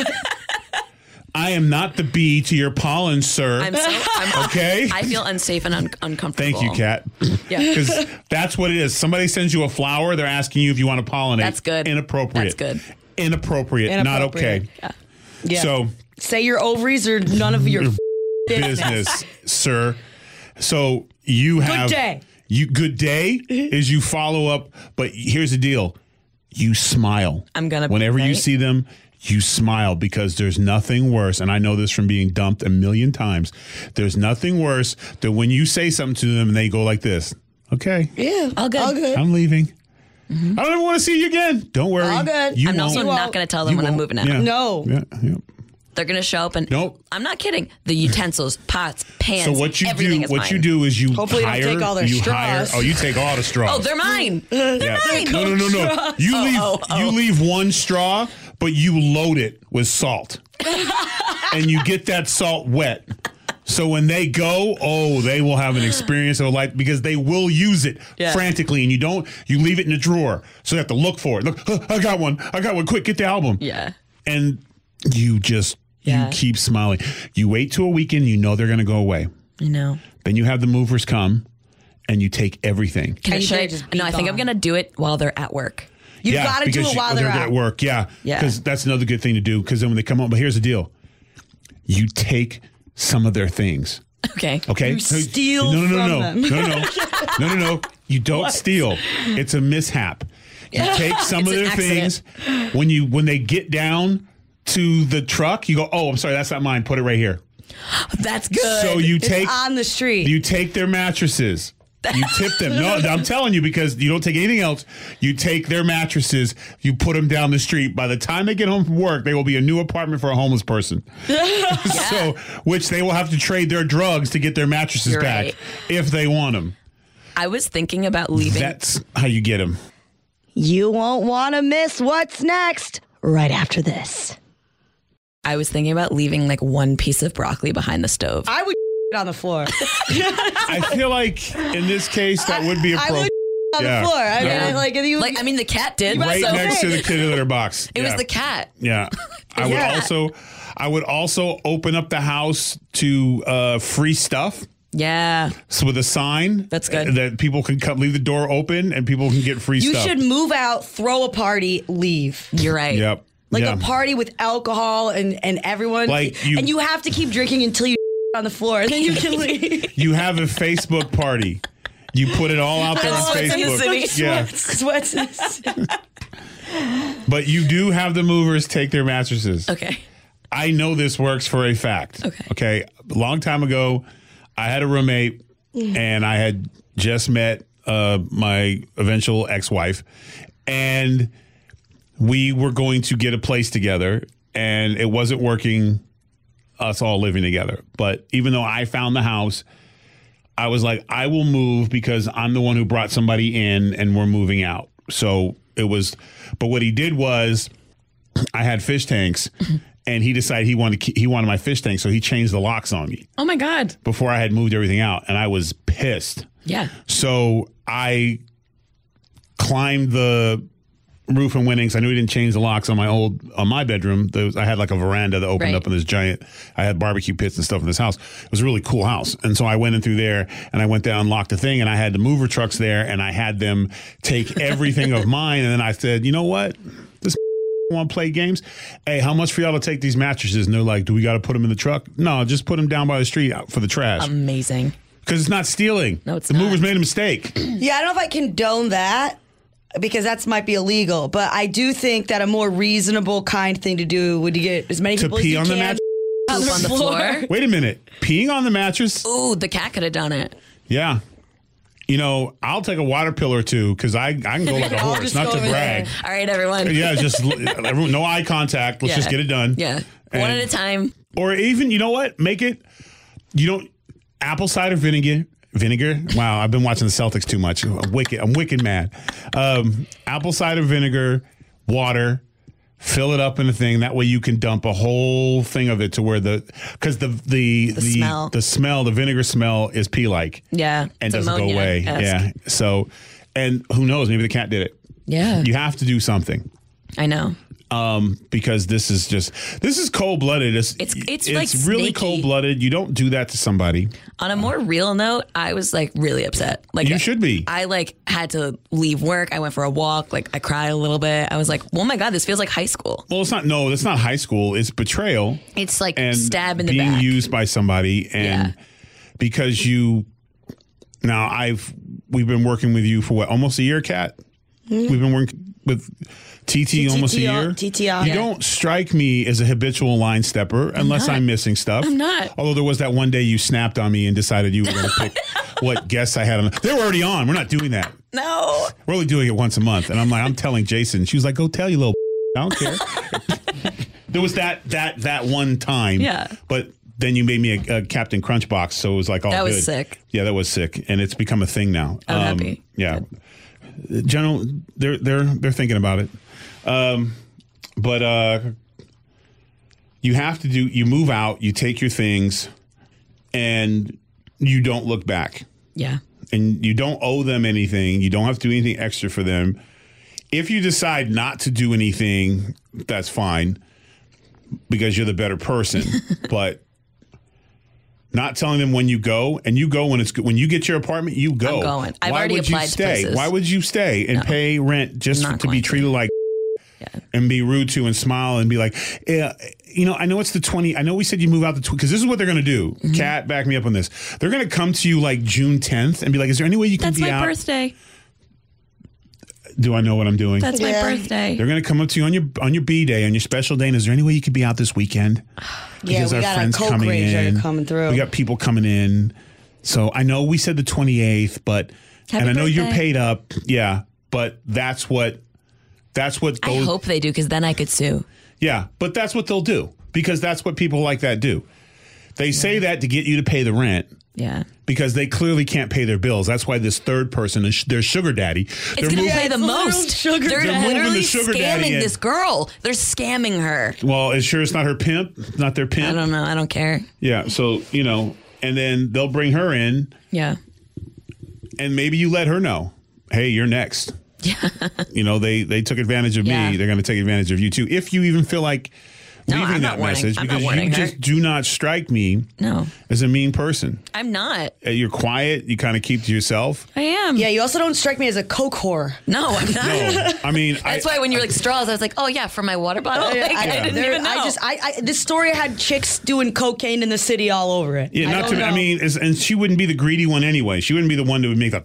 [SPEAKER 5] I am not the bee to your pollen, sir.
[SPEAKER 7] I'm so I'm,
[SPEAKER 5] okay.
[SPEAKER 7] I feel unsafe and un- uncomfortable.
[SPEAKER 5] Thank you, Kat.
[SPEAKER 7] Yeah.
[SPEAKER 5] Because that's what it is. Somebody sends you a flower, they're asking you if you want to pollinate.
[SPEAKER 7] That's good.
[SPEAKER 5] Inappropriate.
[SPEAKER 7] That's good.
[SPEAKER 5] Inappropriate. Not
[SPEAKER 6] Inappropriate.
[SPEAKER 5] okay.
[SPEAKER 6] Yeah.
[SPEAKER 5] So
[SPEAKER 6] Say your ovaries are none of your
[SPEAKER 5] business, sir. So you have
[SPEAKER 6] day.
[SPEAKER 5] You good day is you follow up, but here's the deal: you smile.
[SPEAKER 7] I'm gonna-
[SPEAKER 5] whenever you
[SPEAKER 7] right?
[SPEAKER 5] see them, you smile because there's nothing worse, and I know this from being dumped a million times. There's nothing worse than when you say something to them and they go like this. Okay,
[SPEAKER 6] Yeah.
[SPEAKER 7] All good.
[SPEAKER 5] I'm leaving. I don't ever want to see you again. Don't worry.
[SPEAKER 6] All good.
[SPEAKER 5] You
[SPEAKER 7] Mm-hmm. I'm
[SPEAKER 5] won't.
[SPEAKER 7] also not
[SPEAKER 6] won't.
[SPEAKER 7] going to tell them when I'm
[SPEAKER 5] won't.
[SPEAKER 7] moving out.
[SPEAKER 5] Yeah.
[SPEAKER 6] No.
[SPEAKER 5] Yeah. yeah.
[SPEAKER 7] They're going to show up and
[SPEAKER 5] Nope.
[SPEAKER 7] I'm not kidding. The utensils, pots, pans.
[SPEAKER 5] So what you
[SPEAKER 7] everything
[SPEAKER 5] do?
[SPEAKER 7] is
[SPEAKER 5] What
[SPEAKER 7] mine.
[SPEAKER 5] you do is you
[SPEAKER 6] Hopefully you don't
[SPEAKER 5] hire.
[SPEAKER 6] take all their
[SPEAKER 5] you hire.
[SPEAKER 6] straws.
[SPEAKER 5] Oh, you take all the straws.
[SPEAKER 7] Oh, they're mine.
[SPEAKER 5] Yeah. No, no, no, no. You leave
[SPEAKER 7] oh, oh.
[SPEAKER 5] you leave one straw, but you load it with salt. and you get that salt wet. So when they go, oh, they will have an experience of a life because they will use it frantically, and you don't. You leave it in a drawer, so they have to look for it. Look, "Huh, I got one, I got one. Quick, get the album.
[SPEAKER 7] Yeah.
[SPEAKER 5] and you just
[SPEAKER 7] Yeah.
[SPEAKER 5] you keep smiling. You wait till a weekend, you know they're going to go away.
[SPEAKER 7] You know.
[SPEAKER 5] Then you have the movers come, and you take everything.
[SPEAKER 7] Can I,
[SPEAKER 6] you
[SPEAKER 7] should
[SPEAKER 6] better
[SPEAKER 7] I-
[SPEAKER 6] just be
[SPEAKER 7] no, I think I'm
[SPEAKER 6] gone.
[SPEAKER 7] going to do it while they're at work.
[SPEAKER 6] You
[SPEAKER 5] Yeah,
[SPEAKER 6] gotta do
[SPEAKER 5] because
[SPEAKER 6] it
[SPEAKER 5] you-
[SPEAKER 6] while they're
[SPEAKER 5] at
[SPEAKER 6] out.
[SPEAKER 5] work. Yeah,
[SPEAKER 7] Yeah.
[SPEAKER 5] because that's another good thing to do. Because then when they come home, but here's the deal: you take some of their things.
[SPEAKER 7] Okay.
[SPEAKER 5] Okay,
[SPEAKER 6] You steal
[SPEAKER 5] No, no, no,
[SPEAKER 6] from
[SPEAKER 5] no,
[SPEAKER 6] them.
[SPEAKER 5] no, no, no, no, no. You don't steal. It's a mishap. You take some
[SPEAKER 7] It's
[SPEAKER 5] of
[SPEAKER 7] an
[SPEAKER 5] their
[SPEAKER 7] accident.
[SPEAKER 5] things when you when they get down to the truck. You go, oh, I'm sorry, that's not mine. Put it right here.
[SPEAKER 7] That's good.
[SPEAKER 5] So you
[SPEAKER 6] It's
[SPEAKER 5] take
[SPEAKER 6] on the street.
[SPEAKER 5] you take their mattresses. You tip them. No, I'm telling you because you don't take anything else. You take their mattresses. You put them down the street. By the time they get home from work, they will be a new apartment for a homeless person. so, which they will have to trade their drugs to get their mattresses
[SPEAKER 7] You're
[SPEAKER 5] back
[SPEAKER 7] right.
[SPEAKER 5] if they want them.
[SPEAKER 7] I was thinking about leaving.
[SPEAKER 5] That's how you get them.
[SPEAKER 6] You won't want to miss what's next right after this.
[SPEAKER 7] I was thinking about leaving like one piece of broccoli behind the stove.
[SPEAKER 6] I would on the floor.
[SPEAKER 5] I feel like in this case that would be
[SPEAKER 6] I
[SPEAKER 5] appropriate.
[SPEAKER 6] would on
[SPEAKER 5] Yeah.
[SPEAKER 6] the floor. I mean,
[SPEAKER 5] Yeah.
[SPEAKER 6] I- like, you,
[SPEAKER 7] like, I mean, the cat did.
[SPEAKER 5] Right
[SPEAKER 7] so
[SPEAKER 5] next to the kitty litter box.
[SPEAKER 7] it was
[SPEAKER 5] Yeah.
[SPEAKER 7] the cat.
[SPEAKER 5] Yeah. I would
[SPEAKER 6] Yeah.
[SPEAKER 5] also I would also open up the house to uh, free stuff.
[SPEAKER 7] Yeah.
[SPEAKER 5] So with a sign
[SPEAKER 7] That's good.
[SPEAKER 5] uh, that people can come leave the door open and people can get free
[SPEAKER 6] you
[SPEAKER 5] stuff.
[SPEAKER 6] should move out, throw a party, leave.
[SPEAKER 7] You're right.
[SPEAKER 5] Yep.
[SPEAKER 6] Like
[SPEAKER 5] yeah.
[SPEAKER 6] a party with alcohol and, and everyone.
[SPEAKER 5] Like you-
[SPEAKER 6] and you have to keep drinking until you on the floor. Then you can leave.
[SPEAKER 5] You have a Facebook party. You put it all out there on
[SPEAKER 7] All in the
[SPEAKER 5] Facebook.
[SPEAKER 7] city.
[SPEAKER 5] Yeah.
[SPEAKER 6] Sweats. sweats.
[SPEAKER 5] But you do have the movers take their mattresses.
[SPEAKER 7] Okay.
[SPEAKER 5] I know this works for a fact.
[SPEAKER 7] Okay.
[SPEAKER 5] Okay. A long time ago, I had a roommate and I had just met uh, my eventual ex wife. And we were going to get a place together and it wasn't working us all living together. But even though I found the house, I was like, I will move because I'm the one who brought somebody in and we're moving out. So it was, but what he did was I had fish tanks and he decided he wanted, to keep- he wanted my fish tank. So he changed the locks on me
[SPEAKER 7] Oh my God.
[SPEAKER 5] before I had moved everything out and I was pissed.
[SPEAKER 7] Yeah.
[SPEAKER 5] So I climbed the roof and went in 'cause I knew he didn't change the locks on my old on my bedroom. There was, I had like a veranda that opened
[SPEAKER 7] Right.
[SPEAKER 5] up in this giant. I had barbecue pits and stuff in this house. It was a really cool house, and so I went in through there and I went down, locked the thing, and I had the mover trucks there, and I had them take everything of mine, and then I said, you know what, this. Want to play games? Hey, how much for y'all to take these mattresses? And they're like, "Do we got to put them in the truck?" No, just put them down by the street out for the trash because
[SPEAKER 7] Amazing.
[SPEAKER 5] it's not stealing.
[SPEAKER 7] Um, No, it's
[SPEAKER 5] the movers
[SPEAKER 7] not.
[SPEAKER 5] made a mistake.
[SPEAKER 9] Yeah, I don't know if I condone that because that's might be illegal, but I do think that a more reasonable, kind thing to do would get as many
[SPEAKER 5] to
[SPEAKER 9] people as
[SPEAKER 5] pee
[SPEAKER 9] you
[SPEAKER 5] on the
[SPEAKER 9] can.
[SPEAKER 5] mattress.
[SPEAKER 7] Poop on the floor.
[SPEAKER 5] Wait a minute, peeing on the mattress?
[SPEAKER 7] Ooh, the cat could have done it.
[SPEAKER 5] Yeah. You know, I'll take a water pill or two because I I can go like a horse,
[SPEAKER 9] just
[SPEAKER 5] not
[SPEAKER 9] go
[SPEAKER 5] to
[SPEAKER 9] over
[SPEAKER 5] brag.
[SPEAKER 7] All right, everyone.
[SPEAKER 5] Yeah, just l- everyone, no eye contact. Let's
[SPEAKER 7] Yeah.
[SPEAKER 5] just get it done.
[SPEAKER 7] Yeah. One
[SPEAKER 5] And-
[SPEAKER 7] at a time.
[SPEAKER 5] Or even, you know what? Make it. You don't apple cider vinegar. Vinegar. Wow, I've been watching the Celtics too much. I'm wicked. I'm wicked mad. Um, apple cider vinegar, water. Fill it up in a thing. That way you can dump a whole thing of it to where the because the the the
[SPEAKER 7] smell.
[SPEAKER 5] the smell the vinegar smell is pea like
[SPEAKER 7] Yeah.
[SPEAKER 5] and
[SPEAKER 7] It's
[SPEAKER 5] doesn't go away.
[SPEAKER 7] ammonia-esque.
[SPEAKER 5] Yeah. So, and who knows? Maybe the cat did it.
[SPEAKER 7] Yeah.
[SPEAKER 5] You have to do something
[SPEAKER 7] I know.
[SPEAKER 5] um, because this is just this is cold blooded. It's
[SPEAKER 7] It's- it's like
[SPEAKER 5] really
[SPEAKER 7] snaky.
[SPEAKER 5] cold blooded. You don't do that to somebody.
[SPEAKER 7] On a more real note, I was like really upset. Like
[SPEAKER 5] You should be.
[SPEAKER 7] I like had to leave work. I went for a walk. Like I cried a little bit. I was like, oh my god, this feels like high school.
[SPEAKER 5] Well, it's not. No, it's not high school. It's betrayal
[SPEAKER 7] It's like
[SPEAKER 5] and
[SPEAKER 7] stab in the
[SPEAKER 5] being
[SPEAKER 7] back.
[SPEAKER 5] used by somebody, and
[SPEAKER 7] Yeah.
[SPEAKER 5] because you now I've we've been working with you for what almost a year, Kat.
[SPEAKER 7] Mm-hmm.
[SPEAKER 5] We've been working with TT almost a year.
[SPEAKER 9] TTR.
[SPEAKER 5] You don't strike me as a habitual line stepper unless I'm missing stuff. I'm
[SPEAKER 7] not.
[SPEAKER 5] Although there was that one day you snapped on me and decided you were going to pick what guests I had on. They were already on. We're not doing that.
[SPEAKER 7] No.
[SPEAKER 5] We're only doing it once a month. And I'm like, I'm telling Jason. She was like, go tell you little. I don't care. there was that that that one time.
[SPEAKER 7] Yeah.
[SPEAKER 5] But then you made me a, a Captain Crunch box, so it was like all
[SPEAKER 7] That was
[SPEAKER 5] good.
[SPEAKER 7] sick.
[SPEAKER 5] Yeah, that was sick, and it's become a thing now. Um,
[SPEAKER 7] I'm happy.
[SPEAKER 5] Yeah. General, they're they're they're thinking about it, um, but uh, you have to do. You move out. You take your things, and you don't look back
[SPEAKER 7] Yeah.
[SPEAKER 5] and you don't owe them anything. You don't have to do anything extra for them. If you decide not to do anything, that's fine because you're the better person. but not telling them when you go and you go when it's when you get your apartment, you go.
[SPEAKER 7] I'm going. I've
[SPEAKER 5] Why
[SPEAKER 7] already
[SPEAKER 5] would
[SPEAKER 7] applied
[SPEAKER 5] you
[SPEAKER 7] to
[SPEAKER 5] stay?
[SPEAKER 7] places.
[SPEAKER 5] Why would you stay and pay rent just
[SPEAKER 7] Not
[SPEAKER 5] to be
[SPEAKER 7] going to.
[SPEAKER 5] treated like and be rude to and smile and be like, yeah, you know, I know it's the 20. I know we said you move out the 20 because this is what they're going to do.
[SPEAKER 7] Mm-hmm.
[SPEAKER 5] Cat, back me up on this. They're going to come to you like June 10th and be like, is there any way you can
[SPEAKER 7] That's
[SPEAKER 5] be
[SPEAKER 7] my
[SPEAKER 5] out?
[SPEAKER 7] birthday.
[SPEAKER 5] Do I know what I'm doing?
[SPEAKER 7] That's
[SPEAKER 9] Yeah.
[SPEAKER 7] my birthday.
[SPEAKER 5] they're going to come up to you on your on your B day, on your special day, and is there any way you could be out this weekend?
[SPEAKER 9] Yeah, we got our Coke Ranger coming through.
[SPEAKER 5] We got people coming in. So I know we said the 28th, but and I know you're
[SPEAKER 7] birthday.
[SPEAKER 5] paid up. Yeah, but that's what that's what
[SPEAKER 7] I
[SPEAKER 5] those
[SPEAKER 7] hope they do because then I could sue.
[SPEAKER 5] Yeah, but that's what they'll do because that's what people like that do. They say that to get you to pay the rent
[SPEAKER 7] Yeah.
[SPEAKER 5] because they clearly can't pay their bills. That's why this third person is their sugar daddy.
[SPEAKER 7] It's going to pay the most. They're
[SPEAKER 5] They're moving the
[SPEAKER 7] literally
[SPEAKER 5] sugar daddy
[SPEAKER 7] scamming
[SPEAKER 5] in.
[SPEAKER 7] this girl. They're scamming her.
[SPEAKER 5] well, it's sure it's not her pimp, It's not their
[SPEAKER 7] I
[SPEAKER 5] pimp.
[SPEAKER 7] don't know. I don't care.
[SPEAKER 5] Yeah, so you know, and then they'll bring her in,
[SPEAKER 7] Yeah.
[SPEAKER 5] and maybe you let her know, hey, you're next. Yeah. You know, they they took advantage of
[SPEAKER 7] Yeah.
[SPEAKER 5] me. They're going to take advantage of you too. If you even feel like
[SPEAKER 7] No,
[SPEAKER 5] leaving
[SPEAKER 7] I'm not
[SPEAKER 5] that
[SPEAKER 7] warning-
[SPEAKER 5] message,
[SPEAKER 7] I'm not
[SPEAKER 5] because you
[SPEAKER 7] warning her.
[SPEAKER 5] just do not strike me
[SPEAKER 7] No.
[SPEAKER 5] as a mean person.
[SPEAKER 7] I'm not.
[SPEAKER 5] Uh, You're quiet. You kind of keep to yourself.
[SPEAKER 7] I am.
[SPEAKER 9] Yeah, you also don't strike me as a coke whore.
[SPEAKER 7] No, I'm not.
[SPEAKER 5] No, I mean,
[SPEAKER 7] That's
[SPEAKER 5] I,
[SPEAKER 7] why when you were like straws, I was like, oh yeah, for my water bottle. Like, I, didn't
[SPEAKER 9] there-
[SPEAKER 7] even know.
[SPEAKER 9] I just, I, I, this story had chicks doing cocaine in the city all over it.
[SPEAKER 5] yeah, not to. I mean, it's, and she wouldn't be the greedy one anyway. She wouldn't be the one that would make the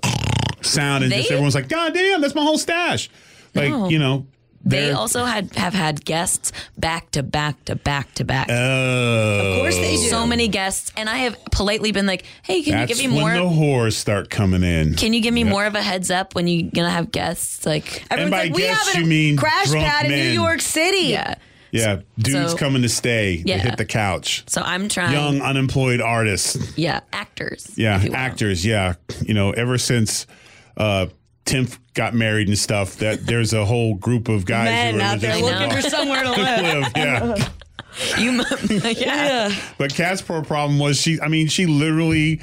[SPEAKER 5] sound and
[SPEAKER 7] They-
[SPEAKER 5] just everyone's like, God damn, that's my whole stash. Like
[SPEAKER 7] No.
[SPEAKER 5] you know,
[SPEAKER 7] They
[SPEAKER 5] They're-
[SPEAKER 7] also had have had guests back to back to back to back.
[SPEAKER 5] Oh,
[SPEAKER 9] Of course they do.
[SPEAKER 7] so many guests, and I have politely been like, "Hey, can
[SPEAKER 5] that's
[SPEAKER 7] you give me
[SPEAKER 5] when
[SPEAKER 7] more?
[SPEAKER 5] the whores start coming in.
[SPEAKER 7] can you give me
[SPEAKER 5] Yep.
[SPEAKER 7] more of a heads up when you're gonna have guests?" Like,
[SPEAKER 5] And
[SPEAKER 9] Everyone's
[SPEAKER 5] by
[SPEAKER 9] like, we
[SPEAKER 5] guests,
[SPEAKER 9] have a
[SPEAKER 5] you mean
[SPEAKER 9] crash
[SPEAKER 5] drunk
[SPEAKER 9] pad in
[SPEAKER 5] men.
[SPEAKER 9] New York City.
[SPEAKER 7] yeah.
[SPEAKER 5] Yeah, dudes
[SPEAKER 7] So-
[SPEAKER 5] coming to stay. They
[SPEAKER 7] Yeah.
[SPEAKER 5] hit the couch.
[SPEAKER 7] So I'm trying.
[SPEAKER 5] Young unemployed artists.
[SPEAKER 7] Yeah, actors.
[SPEAKER 5] Yeah,
[SPEAKER 7] if you will.
[SPEAKER 5] actors. Yeah, you know, ever since uh, Tim got married and stuff, that there's a whole group of guys
[SPEAKER 9] Men
[SPEAKER 5] who are
[SPEAKER 9] out there
[SPEAKER 5] just-
[SPEAKER 9] looking for somewhere to live.
[SPEAKER 5] live. Yeah,
[SPEAKER 7] You, mu- yeah.
[SPEAKER 5] but Kat's poor problem was she. I mean, she literally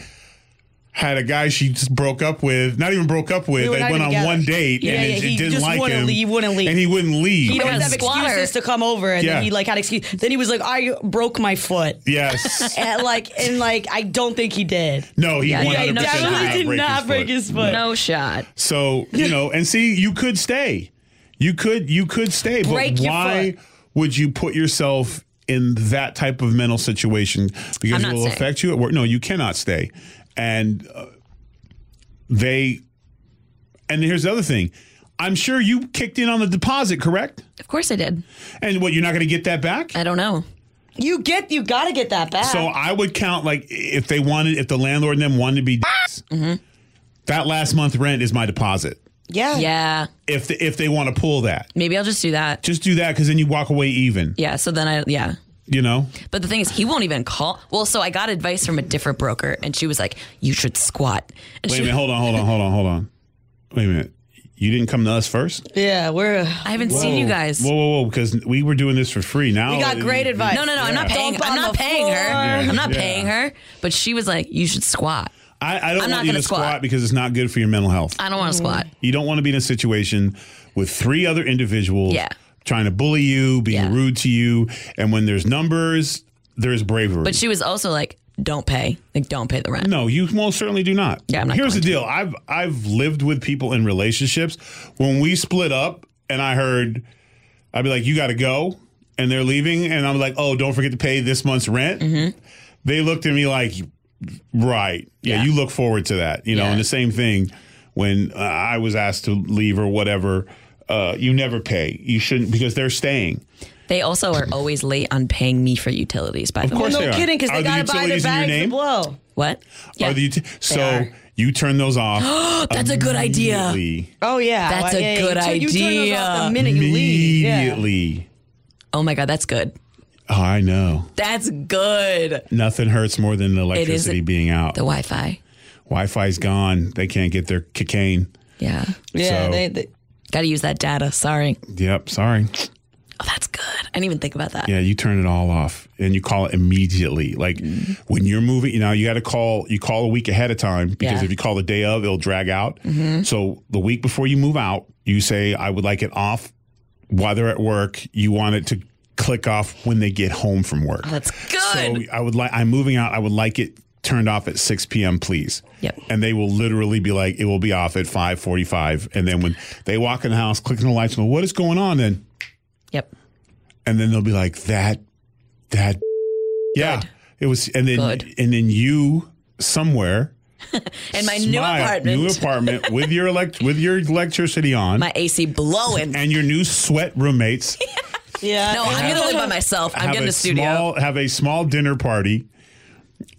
[SPEAKER 5] had a guy she just broke up with. Not even broke up with.
[SPEAKER 6] were
[SPEAKER 5] they
[SPEAKER 6] not
[SPEAKER 5] went on
[SPEAKER 6] even together.
[SPEAKER 5] one date
[SPEAKER 6] Yeah,
[SPEAKER 5] and
[SPEAKER 6] yeah,
[SPEAKER 5] it, it
[SPEAKER 6] he
[SPEAKER 5] didn't
[SPEAKER 6] just
[SPEAKER 5] like
[SPEAKER 6] wouldn't
[SPEAKER 5] him.
[SPEAKER 6] leave- wouldn't leave.
[SPEAKER 5] and he wouldn't leave.
[SPEAKER 6] He
[SPEAKER 7] don't
[SPEAKER 5] And-
[SPEAKER 6] always
[SPEAKER 7] was
[SPEAKER 6] have
[SPEAKER 7] a squatter.
[SPEAKER 6] excuses to come over, and
[SPEAKER 5] Yeah.
[SPEAKER 6] then he like had excuse. Then he was like, "I broke my foot,"
[SPEAKER 5] yes.
[SPEAKER 6] and like, and like, I don't think he did.
[SPEAKER 5] No, he
[SPEAKER 7] Yeah,
[SPEAKER 5] one
[SPEAKER 7] yeah,
[SPEAKER 5] hundred
[SPEAKER 7] he
[SPEAKER 5] percent
[SPEAKER 7] definitely
[SPEAKER 5] did not
[SPEAKER 6] did
[SPEAKER 5] break
[SPEAKER 6] not
[SPEAKER 5] his
[SPEAKER 6] break
[SPEAKER 5] foot.
[SPEAKER 6] his foot.
[SPEAKER 7] No shot.
[SPEAKER 5] So you know, and see, you could stay. You could you could stay, but
[SPEAKER 6] Break your
[SPEAKER 5] why would you put yourself in that type of mental situation? Because
[SPEAKER 7] I'm
[SPEAKER 5] it
[SPEAKER 7] not
[SPEAKER 5] will
[SPEAKER 7] staying.
[SPEAKER 5] affect you at work. No, you cannot stay. And uh, they, and here's the other thing. I'm sure you kicked in on the deposit, correct?
[SPEAKER 7] Of course I did.
[SPEAKER 5] And what you're not going to get that back.
[SPEAKER 7] I don't know.
[SPEAKER 9] You get, you gotta get that back.
[SPEAKER 5] So I would count like if they wanted, if the landlord and them wanted to be, dicks, that last month rent is my deposit.
[SPEAKER 9] yeah.
[SPEAKER 7] Yeah.
[SPEAKER 5] If the, if they want to pull that,
[SPEAKER 7] Maybe I'll just do that.
[SPEAKER 5] just do that because then you walk away even.
[SPEAKER 7] Yeah. So then I, yeah.
[SPEAKER 5] You know,
[SPEAKER 7] But the thing is, he won't even call. Well, so I got advice from a different broker, and she was like, "You should squat." And
[SPEAKER 5] wait
[SPEAKER 7] she,
[SPEAKER 5] a minute, hold on, hold on, hold on, hold on. Wait a minute, you didn't come to us first.
[SPEAKER 9] Yeah, we're.
[SPEAKER 7] I haven't seen you guys.
[SPEAKER 5] Whoa, whoa, whoa! Because we were doing this for free. Now
[SPEAKER 6] We got great advice.
[SPEAKER 7] no, no, no. I'm not
[SPEAKER 6] Yeah.
[SPEAKER 7] paying.
[SPEAKER 6] Dump
[SPEAKER 7] I'm
[SPEAKER 6] on
[SPEAKER 7] not
[SPEAKER 6] the
[SPEAKER 7] paying her.
[SPEAKER 6] floor.
[SPEAKER 7] I'm not
[SPEAKER 5] Yeah.
[SPEAKER 7] paying her. But she was like, "You should squat."
[SPEAKER 5] I, I don't
[SPEAKER 7] I'm
[SPEAKER 5] want
[SPEAKER 7] not
[SPEAKER 5] you
[SPEAKER 7] gonna
[SPEAKER 5] to squat.
[SPEAKER 7] squat.
[SPEAKER 5] because it's not good for your mental health.
[SPEAKER 7] I don't
[SPEAKER 6] Mm.
[SPEAKER 7] want to squat.
[SPEAKER 5] you don't want to be in a situation with three other individuals
[SPEAKER 7] Yeah.
[SPEAKER 5] trying to bully you, being
[SPEAKER 7] Yeah.
[SPEAKER 5] rude to you, and when there's numbers, there's bravery.
[SPEAKER 7] But she was also like, "Don't pay. Like, don't pay the rent."
[SPEAKER 5] No, you most certainly do not.
[SPEAKER 7] Yeah, I'm not
[SPEAKER 5] Here's the
[SPEAKER 7] going to.
[SPEAKER 5] deal. I've I've lived with people in relationships. When we split up and I heard I'd be like, You gotta go and they're leaving and I'm like, Oh, don't forget to pay this month's rent. They looked at me like Right. Yeah,
[SPEAKER 7] Yeah.
[SPEAKER 5] you look forward to that. You know,
[SPEAKER 7] Yeah.
[SPEAKER 5] and the same thing when uh, I was asked to leave or whatever, uh, you never pay. You shouldn't because they're staying.
[SPEAKER 7] They also are always late on paying me for utilities. By the
[SPEAKER 5] course
[SPEAKER 7] way,
[SPEAKER 5] they
[SPEAKER 6] no
[SPEAKER 5] are.
[SPEAKER 6] kidding, because
[SPEAKER 5] Are
[SPEAKER 6] they
[SPEAKER 5] the
[SPEAKER 6] gotta buy their
[SPEAKER 5] utilities in your
[SPEAKER 6] bags
[SPEAKER 5] name?
[SPEAKER 6] to blow.
[SPEAKER 7] what? Yeah.
[SPEAKER 5] Are the, ut- so
[SPEAKER 7] are.
[SPEAKER 5] you turn those off.
[SPEAKER 7] That's a good idea.
[SPEAKER 5] immediately.
[SPEAKER 6] Oh yeah,
[SPEAKER 7] That's a
[SPEAKER 6] yeah,
[SPEAKER 7] good
[SPEAKER 6] you turn- You turn those off
[SPEAKER 7] idea.
[SPEAKER 6] the minute you leave. Yeah.
[SPEAKER 5] Immediately.
[SPEAKER 7] Oh my god, that's good.
[SPEAKER 5] Oh, I know.
[SPEAKER 7] That's good.
[SPEAKER 5] Nothing hurts more than the electricity being out.
[SPEAKER 7] The Wi-Fi.
[SPEAKER 5] Wi-Fi's gone. They can't get their cocaine.
[SPEAKER 7] Yeah.
[SPEAKER 6] Yeah,
[SPEAKER 5] So-
[SPEAKER 6] they, they,
[SPEAKER 7] Got to use that data. Sorry.
[SPEAKER 5] Yep. Sorry.
[SPEAKER 7] Oh, that's good. I didn't even think about that.
[SPEAKER 5] Yeah, you turn it all off and you call it immediately. Like
[SPEAKER 6] Mm-hmm.
[SPEAKER 5] when you're moving, you know, you got to call. You call a week ahead of time because
[SPEAKER 7] Yeah.
[SPEAKER 5] if you call the day of, it'll drag out.
[SPEAKER 6] Mm-hmm.
[SPEAKER 5] So the week before you move out, you say, "I would like it off." While they're at work, you want it to click off when they get home from work.
[SPEAKER 6] Oh,
[SPEAKER 7] Oh, That's good.
[SPEAKER 5] So I would like I'm moving out. I would like it turned off at 6 p.m. please.
[SPEAKER 7] Yep.
[SPEAKER 5] And they will literally be like, it will be off at 5:45. And then when they walk in the house, clicking the lights, go, what is going on? Then
[SPEAKER 7] yep.
[SPEAKER 5] and then they'll be like, that, that, yeah. It was, and then
[SPEAKER 7] Good.
[SPEAKER 5] and then you somewhere
[SPEAKER 7] And my new
[SPEAKER 5] smile,
[SPEAKER 7] apartment.
[SPEAKER 5] new apartment with your elect with your electricity on,
[SPEAKER 7] my AC blowing.
[SPEAKER 5] and your new sweat roommates
[SPEAKER 6] yeah.
[SPEAKER 7] no, I'm gonna live by myself. I'm
[SPEAKER 5] have
[SPEAKER 7] getting
[SPEAKER 5] a
[SPEAKER 7] a studio.
[SPEAKER 5] small have a small dinner party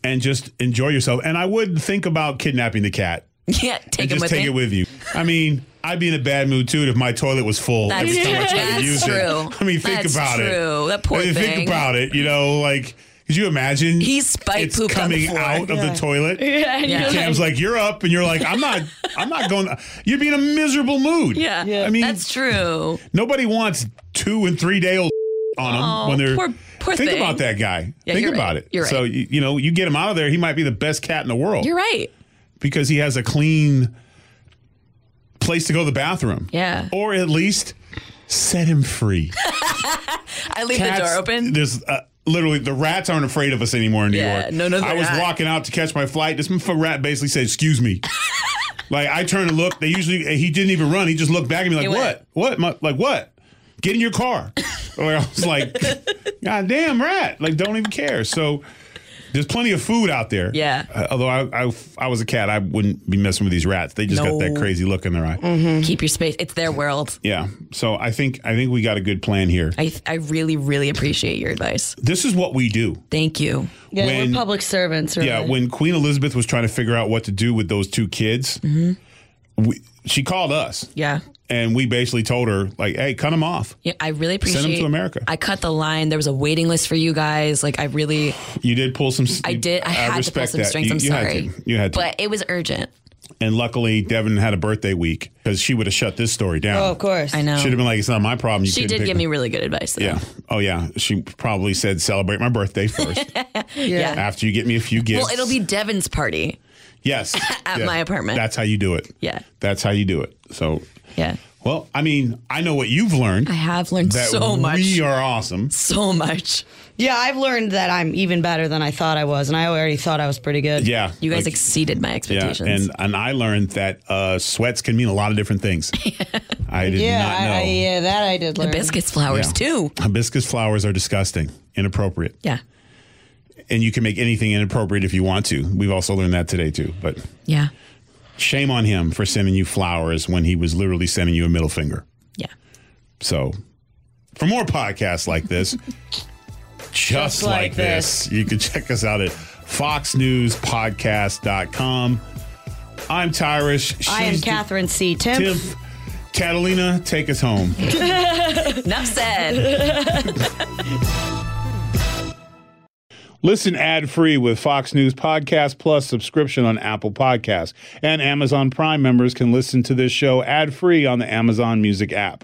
[SPEAKER 5] and just enjoy yourself. And I would think about kidnapping the cat
[SPEAKER 7] yeah, take
[SPEAKER 5] and
[SPEAKER 7] him
[SPEAKER 5] just
[SPEAKER 7] with
[SPEAKER 5] take
[SPEAKER 7] me.
[SPEAKER 5] it with you. I mean, I'd be in a bad mood too if my toilet was full
[SPEAKER 7] That's
[SPEAKER 5] every time I
[SPEAKER 7] true.
[SPEAKER 5] tried to
[SPEAKER 7] That's
[SPEAKER 5] use
[SPEAKER 7] true.
[SPEAKER 5] it. I mean, think
[SPEAKER 7] That's
[SPEAKER 5] about
[SPEAKER 7] true.
[SPEAKER 5] it.
[SPEAKER 7] That poor
[SPEAKER 5] I mean,
[SPEAKER 7] thing.
[SPEAKER 5] Think about it. You know, like could you imagine?
[SPEAKER 7] He spiked
[SPEAKER 5] it's
[SPEAKER 7] pooped on the
[SPEAKER 5] coming
[SPEAKER 7] floor.
[SPEAKER 5] out of the toilet.
[SPEAKER 6] Yeah, and
[SPEAKER 7] Yeah.
[SPEAKER 6] you're
[SPEAKER 5] Cam's like, you're up, and you're like, I'm not, I'm not going. You'd be in a miserable mood.
[SPEAKER 7] yeah.
[SPEAKER 5] I mean,
[SPEAKER 7] that's true.
[SPEAKER 5] Nobody wants two and three day old on them
[SPEAKER 7] Oh,
[SPEAKER 5] when they're.
[SPEAKER 7] poor- poor
[SPEAKER 5] think
[SPEAKER 7] thing.
[SPEAKER 5] about that guy.
[SPEAKER 7] Yeah,
[SPEAKER 5] think
[SPEAKER 7] you're
[SPEAKER 5] about
[SPEAKER 7] right.
[SPEAKER 5] it.
[SPEAKER 7] You're
[SPEAKER 5] So
[SPEAKER 7] right.
[SPEAKER 5] you, you know, you get him out of there. He might be the best cat in the world
[SPEAKER 7] You're right.
[SPEAKER 5] because he has a clean place to go to the bathroom.
[SPEAKER 7] Yeah.
[SPEAKER 5] or at least set him free.
[SPEAKER 7] I leave the
[SPEAKER 5] Cats-
[SPEAKER 7] door open.
[SPEAKER 5] There's. Uh, Literally, the rats aren't afraid of us anymore in New
[SPEAKER 7] Yeah,
[SPEAKER 5] York.
[SPEAKER 7] no, no,
[SPEAKER 5] I
[SPEAKER 7] they're
[SPEAKER 5] was
[SPEAKER 7] not.
[SPEAKER 5] walking out to catch my flight. This motherfucker rat basically said, "Excuse me." like I turned and looked. They usually eh, he didn't even run. He just looked back at me like,
[SPEAKER 7] He
[SPEAKER 5] "What?
[SPEAKER 7] went-
[SPEAKER 5] What? My, like what? Get in your car." or I was like, "God damn rat! Like don't even care." So There's plenty of food out there.
[SPEAKER 7] Yeah.
[SPEAKER 5] Uh, although I, I, I was a cat, I wouldn't be messing with these rats. They just got that
[SPEAKER 7] No. Mm-hmm.
[SPEAKER 5] crazy look in their eye.
[SPEAKER 7] Keep your space. It's their world.
[SPEAKER 5] Yeah. So I think I think we got a good plan here.
[SPEAKER 7] I, I really, really appreciate your advice.
[SPEAKER 5] This is what we do.
[SPEAKER 7] Thank you.
[SPEAKER 6] Yeah,
[SPEAKER 5] When-
[SPEAKER 6] we're public servants. Really.
[SPEAKER 5] Yeah. When Queen Elizabeth was trying to figure out what to do with those two kids, we, she called us.
[SPEAKER 7] Mm-hmm. Yeah.
[SPEAKER 5] And we basically told her, like, hey, cut them off.
[SPEAKER 7] Yeah, I really
[SPEAKER 5] them to
[SPEAKER 7] appreciate
[SPEAKER 5] America.
[SPEAKER 7] I cut the line. There was a waiting list for you guys. Like I really
[SPEAKER 5] You did pull some.
[SPEAKER 7] I did I had to pull
[SPEAKER 5] respect
[SPEAKER 7] some
[SPEAKER 5] that.
[SPEAKER 7] strings.
[SPEAKER 5] You-
[SPEAKER 7] I'm
[SPEAKER 5] you had
[SPEAKER 7] sorry.
[SPEAKER 5] to. You had to.
[SPEAKER 7] But it was urgent.
[SPEAKER 5] and luckily, Devin had a birthday week because she would have shut this story down.
[SPEAKER 6] Oh, of course.
[SPEAKER 7] I know.
[SPEAKER 5] Should have been like, it's not my problem. You
[SPEAKER 7] she
[SPEAKER 5] couldn't
[SPEAKER 7] did
[SPEAKER 5] pick
[SPEAKER 7] give
[SPEAKER 5] me.
[SPEAKER 7] me really good advice. Though.
[SPEAKER 5] Yeah. Oh, yeah. She probably said, celebrate my birthday first.
[SPEAKER 7] Yeah.
[SPEAKER 5] After you get me a few gifts.
[SPEAKER 7] Well, it'll be Devin's party.
[SPEAKER 5] Yes.
[SPEAKER 7] at
[SPEAKER 5] Yeah.
[SPEAKER 7] my apartment.
[SPEAKER 5] That's how you do it.
[SPEAKER 7] Yeah.
[SPEAKER 5] That's how you do it. So,
[SPEAKER 7] Yeah.
[SPEAKER 5] well, I mean, I know what you've learned.
[SPEAKER 7] I have learned
[SPEAKER 5] that
[SPEAKER 7] so much.
[SPEAKER 5] We are awesome.
[SPEAKER 7] so much.
[SPEAKER 6] Yeah, I've learned that I'm even better than I thought I was, and I already thought I was pretty good.
[SPEAKER 5] Yeah.
[SPEAKER 7] You guys
[SPEAKER 5] Like,
[SPEAKER 7] exceeded my
[SPEAKER 5] yeah,
[SPEAKER 7] expectations.
[SPEAKER 5] and and I learned that uh, sweats can mean a lot of different things. I did
[SPEAKER 6] Yeah,
[SPEAKER 5] not
[SPEAKER 6] I,
[SPEAKER 5] know.
[SPEAKER 6] I, yeah, that I did learn.
[SPEAKER 7] Biscuits flowers
[SPEAKER 5] Yeah.
[SPEAKER 7] too.
[SPEAKER 5] Hibiscus flowers are disgusting, inappropriate,
[SPEAKER 7] Yeah.
[SPEAKER 5] and you can make anything inappropriate if you want to. We've also learned that today too. But
[SPEAKER 7] Yeah.
[SPEAKER 5] shame on him for sending you flowers when he was literally sending you a middle finger.
[SPEAKER 7] Yeah.
[SPEAKER 5] So, for more podcasts like this, just, like,
[SPEAKER 6] like
[SPEAKER 5] this, you can check us out at foxnewspodcast.com. I'm Tyrus. She's
[SPEAKER 6] I am
[SPEAKER 5] the-
[SPEAKER 6] Catherine C. Tim.
[SPEAKER 5] Tiff. Catalina, take us home.
[SPEAKER 7] Enough said.
[SPEAKER 5] Listen ad free with Fox News Podcast Plus subscription on Apple Podcasts. And Amazon Prime members can listen to this show ad free on the Amazon Music app.